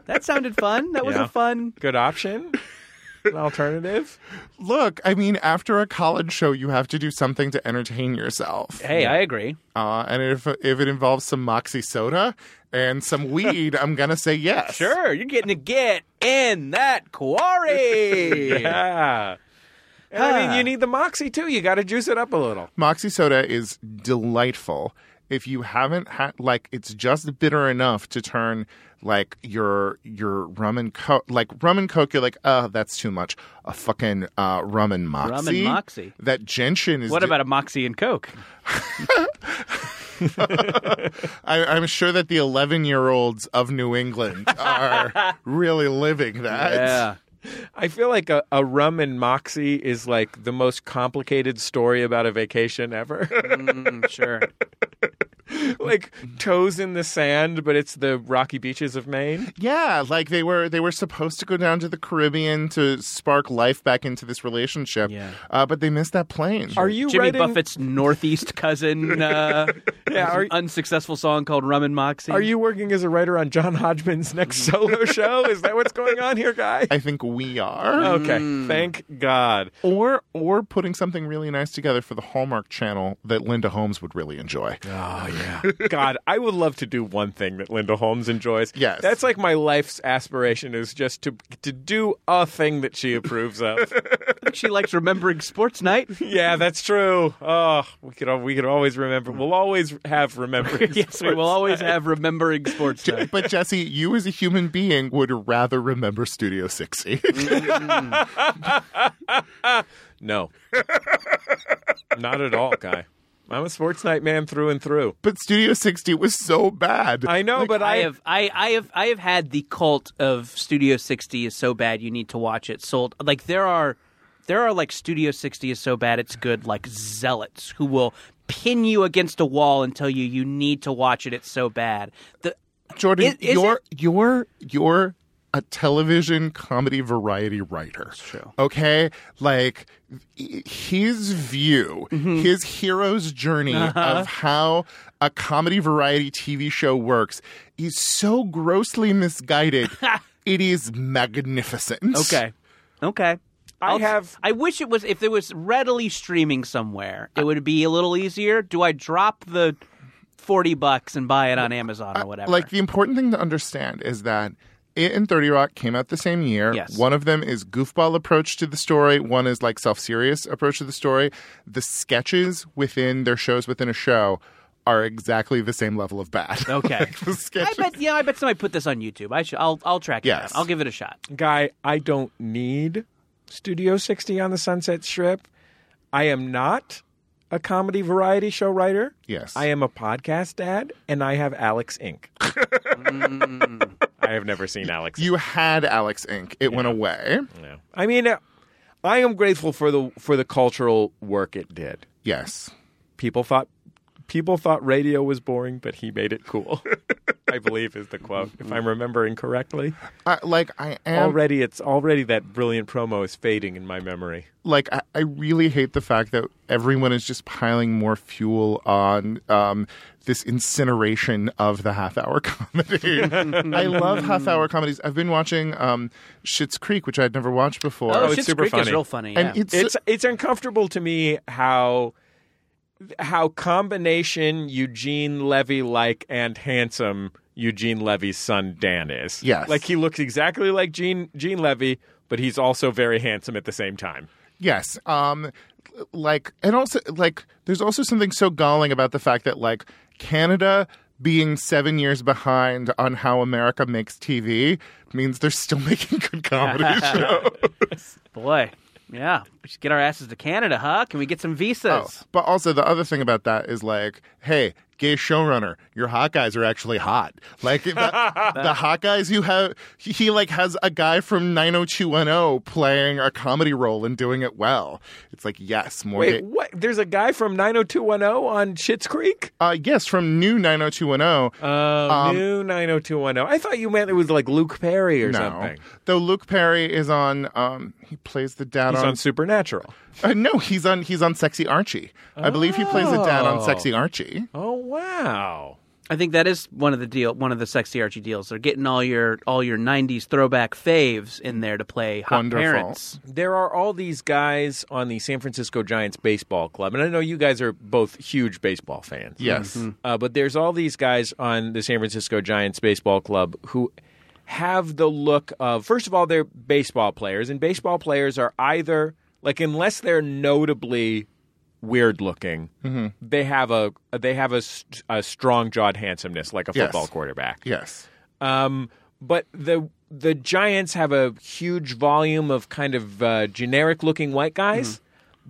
Speaker 3: that sounded fun. That was
Speaker 4: Yeah.
Speaker 3: a fun.
Speaker 2: Good option. An alternative.
Speaker 4: Look, I mean, after a college show, you have to do something to entertain yourself.
Speaker 3: Hey, I agree.
Speaker 4: Uh, and if if it involves some moxie soda and some weed, I'm gonna say yes.
Speaker 3: Sure, you're getting to get in that quarry.
Speaker 2: yeah. And I mean, you need the moxie too. You got to juice it up a little.
Speaker 4: Moxie soda is delightful. If you haven't had like it's just bitter enough to turn like your your rum and coke like rum and coke you're like oh that's too much a fucking uh, rum and moxie
Speaker 3: Rum and moxie.
Speaker 4: that gentian is
Speaker 3: What about a moxie and coke?
Speaker 4: I, I'm sure that the 11 year olds of New England are really living that.
Speaker 2: I feel like a, a rum and moxie is like the most complicated story about a vacation ever.
Speaker 3: sure.
Speaker 2: like toes in the sand, but it's the rocky beaches of Maine.
Speaker 4: Yeah, like they were they were supposed to go down to the Caribbean to spark life back into this relationship. Yeah. Uh, but they missed that plane.
Speaker 2: Are you
Speaker 3: Jimmy
Speaker 2: writing-
Speaker 3: Buffett's Northeast cousin? Uh,
Speaker 2: Yeah, are-
Speaker 3: unsuccessful song called Rum and Moxie.
Speaker 2: Are you working as a writer on John Hodgman's next solo show? Is that what's going on here, Mm. guy?
Speaker 4: I think we are.
Speaker 2: Okay, thank God.
Speaker 4: Or or putting something really nice together for the Hallmark Channel that Linda Holmes would really enjoy.
Speaker 2: Oh yeah, God, I would love to do one thing that Linda Holmes enjoys.
Speaker 4: Yes.
Speaker 2: that's like my life's aspiration is just to to do a thing that she approves of.
Speaker 3: she likes remembering sports night.
Speaker 2: yeah, that's true. Oh, we could al- we could always remember. We'll always have remembrance.
Speaker 3: yes, we will always have remembering sports
Speaker 4: Je-
Speaker 3: night.
Speaker 4: but Jesse, you as a human being would rather remember Studio 60.
Speaker 2: No, not at all, guy. I'm a sports night man through and through.
Speaker 4: but Studio 60 was so bad.
Speaker 2: I know, but I,
Speaker 3: I have I, I have I have had the cult of Studio 60 is so bad you need to watch it sold like there are there are like Studio 60 is so bad it's good like zealots who will pin you against a wall and tell you you need to watch it it's so bad the
Speaker 4: Jordan,
Speaker 3: Is- is
Speaker 4: you're you're you're a television comedy variety writer. True. Okay, like h- his view,
Speaker 3: Mm-hmm.
Speaker 4: his hero's journey
Speaker 3: Uh-huh.
Speaker 4: of how a comedy variety TV show works is so grossly misguided. it is magnificent.
Speaker 3: okay okay
Speaker 2: I
Speaker 3: I'll-
Speaker 2: have
Speaker 3: I wish it was if there was readily streaming somewhere it would be a little easier do I drop the 40 bucks and buy it on Amazon or whatever
Speaker 4: Uh, Like the important thing to understand is that it and 30 Rock came out the same year.
Speaker 3: Yes.
Speaker 4: One of them is goofball approach to the story, one is like self-serious approach to the story. The sketches within their shows within a show are exactly the same level of bad.
Speaker 3: okay
Speaker 4: the
Speaker 3: I
Speaker 4: sketches.
Speaker 3: bet yeah I bet somebody put this on YouTube I should I'll I'll track it
Speaker 4: Yes.
Speaker 3: down. I'll give it a shot
Speaker 2: guy, I don't need Studio 60 on the Sunset Strip. I am not a comedy variety show writer.
Speaker 4: Yes.
Speaker 2: I am a podcast dad, and I have Alex Inc. I have never seen Alex.
Speaker 4: you had Alex Inc. It went away.
Speaker 2: Inc. No. I mean, uh, I am grateful for the for the cultural work it did.
Speaker 4: Yes.
Speaker 2: People thought people thought radio was boring, but he made it cool. I believe is the quote, if I'm remembering correctly.
Speaker 4: I, like I am
Speaker 2: Already, it's already that brilliant promo is fading in my memory.
Speaker 4: like I, I really hate the fact that everyone is just piling more fuel on um, this incineration of the half hour comedy. I love half hour comedies. I've been watching um, Schitt's Creek, which I'd never watched before.
Speaker 2: Oh, it's
Speaker 3: Schitt's
Speaker 2: super
Speaker 3: Creek
Speaker 2: funny.
Speaker 3: Is real funny.
Speaker 4: and
Speaker 3: yeah.
Speaker 4: it's,
Speaker 2: it's it's uncomfortable to me how how combination Eugene Levy like and handsome Eugene Levy's son Dan is.
Speaker 4: Yes.
Speaker 2: like he looks exactly like Gene Gene Levy, but he's also very handsome at the same time.
Speaker 4: yes, um, like and also like there's also something so galling about the fact that like Canada being seven years behind on how America makes TV means they're still making good comedy shows.
Speaker 3: Boy, yeah. We
Speaker 2: Oh.
Speaker 3: should get our asses to Canada, huh? Can we get some visas?
Speaker 4: But also the other thing about that is like, hey, gay showrunner. Your hot guys are actually hot. Like that, the hot guys you have, he, he like has a guy from 90210 playing a comedy role and doing it well. It's like yes, more.
Speaker 2: Wait,
Speaker 4: gay-
Speaker 2: what? There's a guy from 90210 on Schitt's Creek?
Speaker 4: Uh, yes, from new 90210.
Speaker 2: Uh,
Speaker 4: Um,
Speaker 2: new 90210. oh. I thought you meant it was like Luke Perry or
Speaker 4: no,
Speaker 2: something.
Speaker 4: though Luke Perry is on. Um, he plays the dad
Speaker 2: He's on Supernatural.
Speaker 4: Uh, no, he's on he's on Sexy Archie. I believe he plays the dad on
Speaker 3: Oh.
Speaker 4: Sexy Archie.
Speaker 2: Oh wow.
Speaker 3: I think that is one of the deal, one of the sexy Archie deals. They're getting all your all your '90s throwback faves in there to play hot parents.
Speaker 2: There are all these guys on the San Francisco Giants baseball club, and I know you guys are both huge baseball fans.
Speaker 4: Yes. Mhm.
Speaker 2: uh, but there's all these guys on the San Francisco Giants baseball club who have the look of first of all they're baseball players, and baseball players are either like unless they're notably weird looking,
Speaker 4: Mhm.
Speaker 2: they have a they have a, st- a strong jawed handsomeness like a
Speaker 4: Yes.
Speaker 2: football quarterback.
Speaker 4: Yes.
Speaker 2: Um, but the the Giants have a huge volume of kind of uh, generic looking white guys.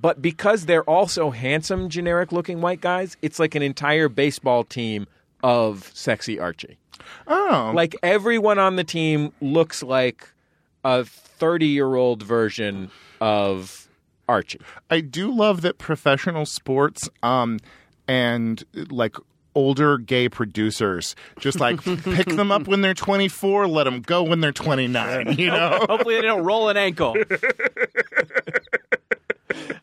Speaker 2: But because they're also handsome, generic looking white guys, it's like an entire baseball team of sexy Archie.
Speaker 4: Oh,
Speaker 2: Like everyone on the team looks like a 30 year old version of Archie.
Speaker 4: I do love that professional sports um and like older gay producers just like pick them up when they're 24 let them go when they're 29 you know
Speaker 3: Hopefully they don't roll an ankle.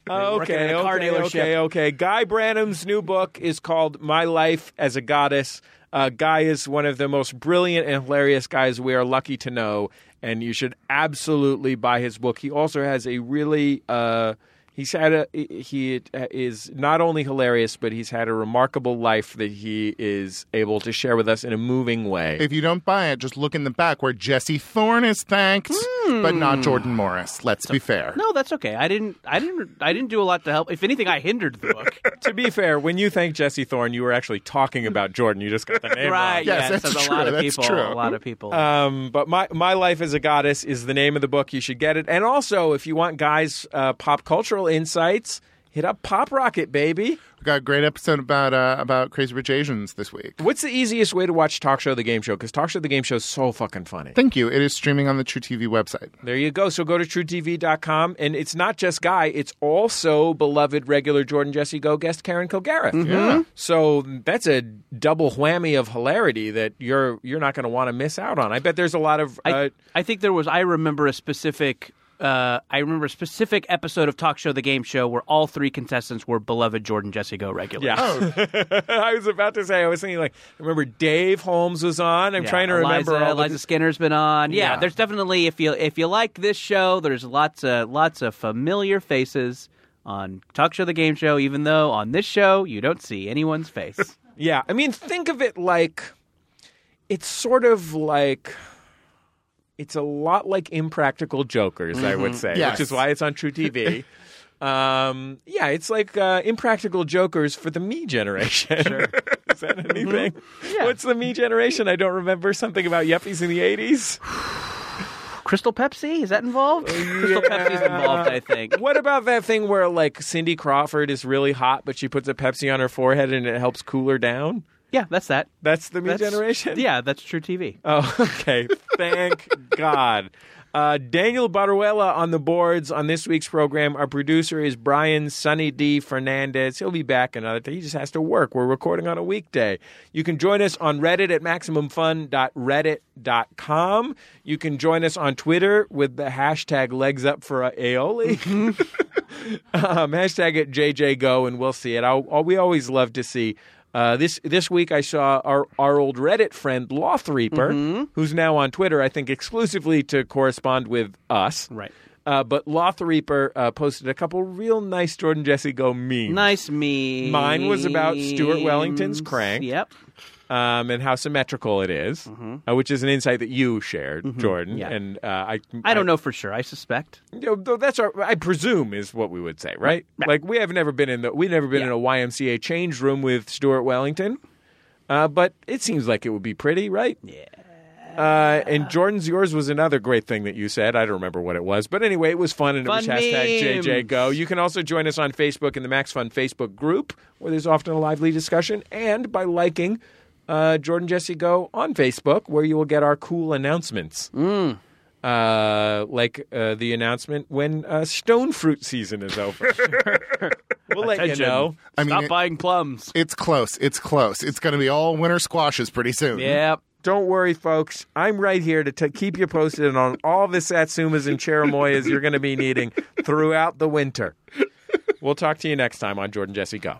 Speaker 3: working
Speaker 2: okay,
Speaker 3: at a car
Speaker 2: okay,
Speaker 3: dealership.
Speaker 2: okay, okay. Guy Branum's new book is called My Life as a Goddess. Uh, Guy is one of the most brilliant and hilarious guys we are lucky to know, and you should absolutely buy his book. He also has a really. Uh, He's had a he is not only hilarious, but he's had a remarkable life that he is able to share with us in a moving way.
Speaker 4: if you don't buy it just look in the back where jesse thorne is thanked but not jordan morris let's be fair
Speaker 3: No, that's okay. I didn't. I didn't. I didn't do a lot to help. If anything, I hindered the book.
Speaker 2: to be fair, when you thank Jesse Thorne, you were actually talking about Jordan. You just got the name
Speaker 3: right?
Speaker 2: wrong.
Speaker 3: Yes. there's a lot of people. A lot of people.
Speaker 2: Um, but my my life as a goddess is the name of the book. You should get it. And also, if you want guys' uh, pop cultural insights, hit up Pop Rocket, baby.
Speaker 4: we got a great episode about uh, about crazy rich asians this week
Speaker 2: What's the easiest way to watch Talk Show the Game Show? Because Talk Show the Game Show is so fucking funny.
Speaker 4: thank you it is streaming on the true tv website
Speaker 2: There you go. So go to truetv.com. And it's not just Guy, it's also beloved regular Jordan Jesse Go guest Karen Kilgareth.
Speaker 4: Yeah.
Speaker 2: So that's a double whammy of hilarity that you're you're not going to want to miss out on. I bet there's a lot of.
Speaker 3: I,
Speaker 2: uh,
Speaker 3: I think there was. I remember a specific. Uh, I remember a specific episode of Talk Show the Game Show where all three contestants were beloved Jordan Jesse Go regulars.
Speaker 2: Yeah. I was about to say, I was thinking, like, I remember Dave Holmes was on. I'm
Speaker 3: Yeah,
Speaker 2: trying to remember
Speaker 3: Eliza,
Speaker 2: all the-
Speaker 3: Eliza Skinner's been on. Yeah,
Speaker 2: Yeah.
Speaker 3: there's definitely if you if you like this show, there's lots of lots of familiar faces on Talk Show the Game Show. Even though on this show you don't see anyone's face.
Speaker 2: Yeah. I mean, think of it like it's sort of like. It's a lot like Impractical Jokers, I would
Speaker 3: Mm-hmm.
Speaker 4: Mhm.
Speaker 2: say,
Speaker 4: Yes.
Speaker 2: which is why it's on True TV. um, yeah, it's like uh, Impractical Jokers for the me generation. is that anything?
Speaker 3: Mm-hmm.
Speaker 2: What's the me generation? I don't remember. Something about yuppies in the 80s?
Speaker 3: Crystal Pepsi is that involved?
Speaker 2: Oh,
Speaker 3: Crystal Pepsi's involved, I think.
Speaker 2: What about that thing where like Cindy Crawford is really hot, but she puts a Pepsi on her forehead and it helps cool her down?
Speaker 3: Yeah, that's that.
Speaker 2: That's the me
Speaker 3: That's-
Speaker 2: generation.
Speaker 3: Yeah, that's True TV.
Speaker 2: Oh, okay. Thank God. Uh, Daniel Baruela on the boards on this week's program. Our producer is Brian Sunny D. Fernandez. He'll be back another day. He just has to work. We're recording on a weekday. You can join us on Reddit at MaximumFun.reddit.com. You can join us on Twitter with the hashtag legs up for a aioli. um, hashtag it JJGo and we'll see it. I'll, I'll- we always love to see. Uh, this this week I saw our, our old Reddit friend Lothreaper,
Speaker 3: Mm-hmm.
Speaker 2: who's now on Twitter, I think exclusively to correspond with us.
Speaker 3: Right.
Speaker 2: Uh, but Lothreaper uh, posted a couple real nice Jordan Jesse Go memes.
Speaker 3: Nice me.
Speaker 2: Mine was about Stuart Wellington's crank.
Speaker 3: Yep.
Speaker 2: Um, and how symmetrical it is, uh, which is an insight that you shared, Jordan.
Speaker 3: Mm-hmm. Yeah.
Speaker 2: And uh, I,
Speaker 3: I don't know for sure. I suspect.
Speaker 2: You know, though that's our, I presume, is what we would say, right? Like we have never been in the, we've never been in a YMCA change room with Stuart Wellington, uh, but it seems like it would be pretty, right? Yeah. Uh, and Jordan's yours was another great thing that you said. I don't remember what it was, but anyway, it was fun and
Speaker 3: Fun
Speaker 2: it was hashtag
Speaker 3: memes.
Speaker 2: JJGo. You can also join us on Facebook in the Max Fun Facebook group, where there's often a lively discussion, and by liking uh, Jordan Jesse Go on Facebook, where you will get our cool announcements. Uh, like uh, the announcement when uh, stone fruit season is over. we'll let you know.
Speaker 3: buying plums.
Speaker 4: It's close. It's close. It's going to be all winter squashes pretty soon.
Speaker 2: Don't worry, folks. I'm right here to t- keep you posted on all the satsumas and cherimoyas you're going to be needing throughout the winter. We'll talk to you next time on Jordan Jesse Go.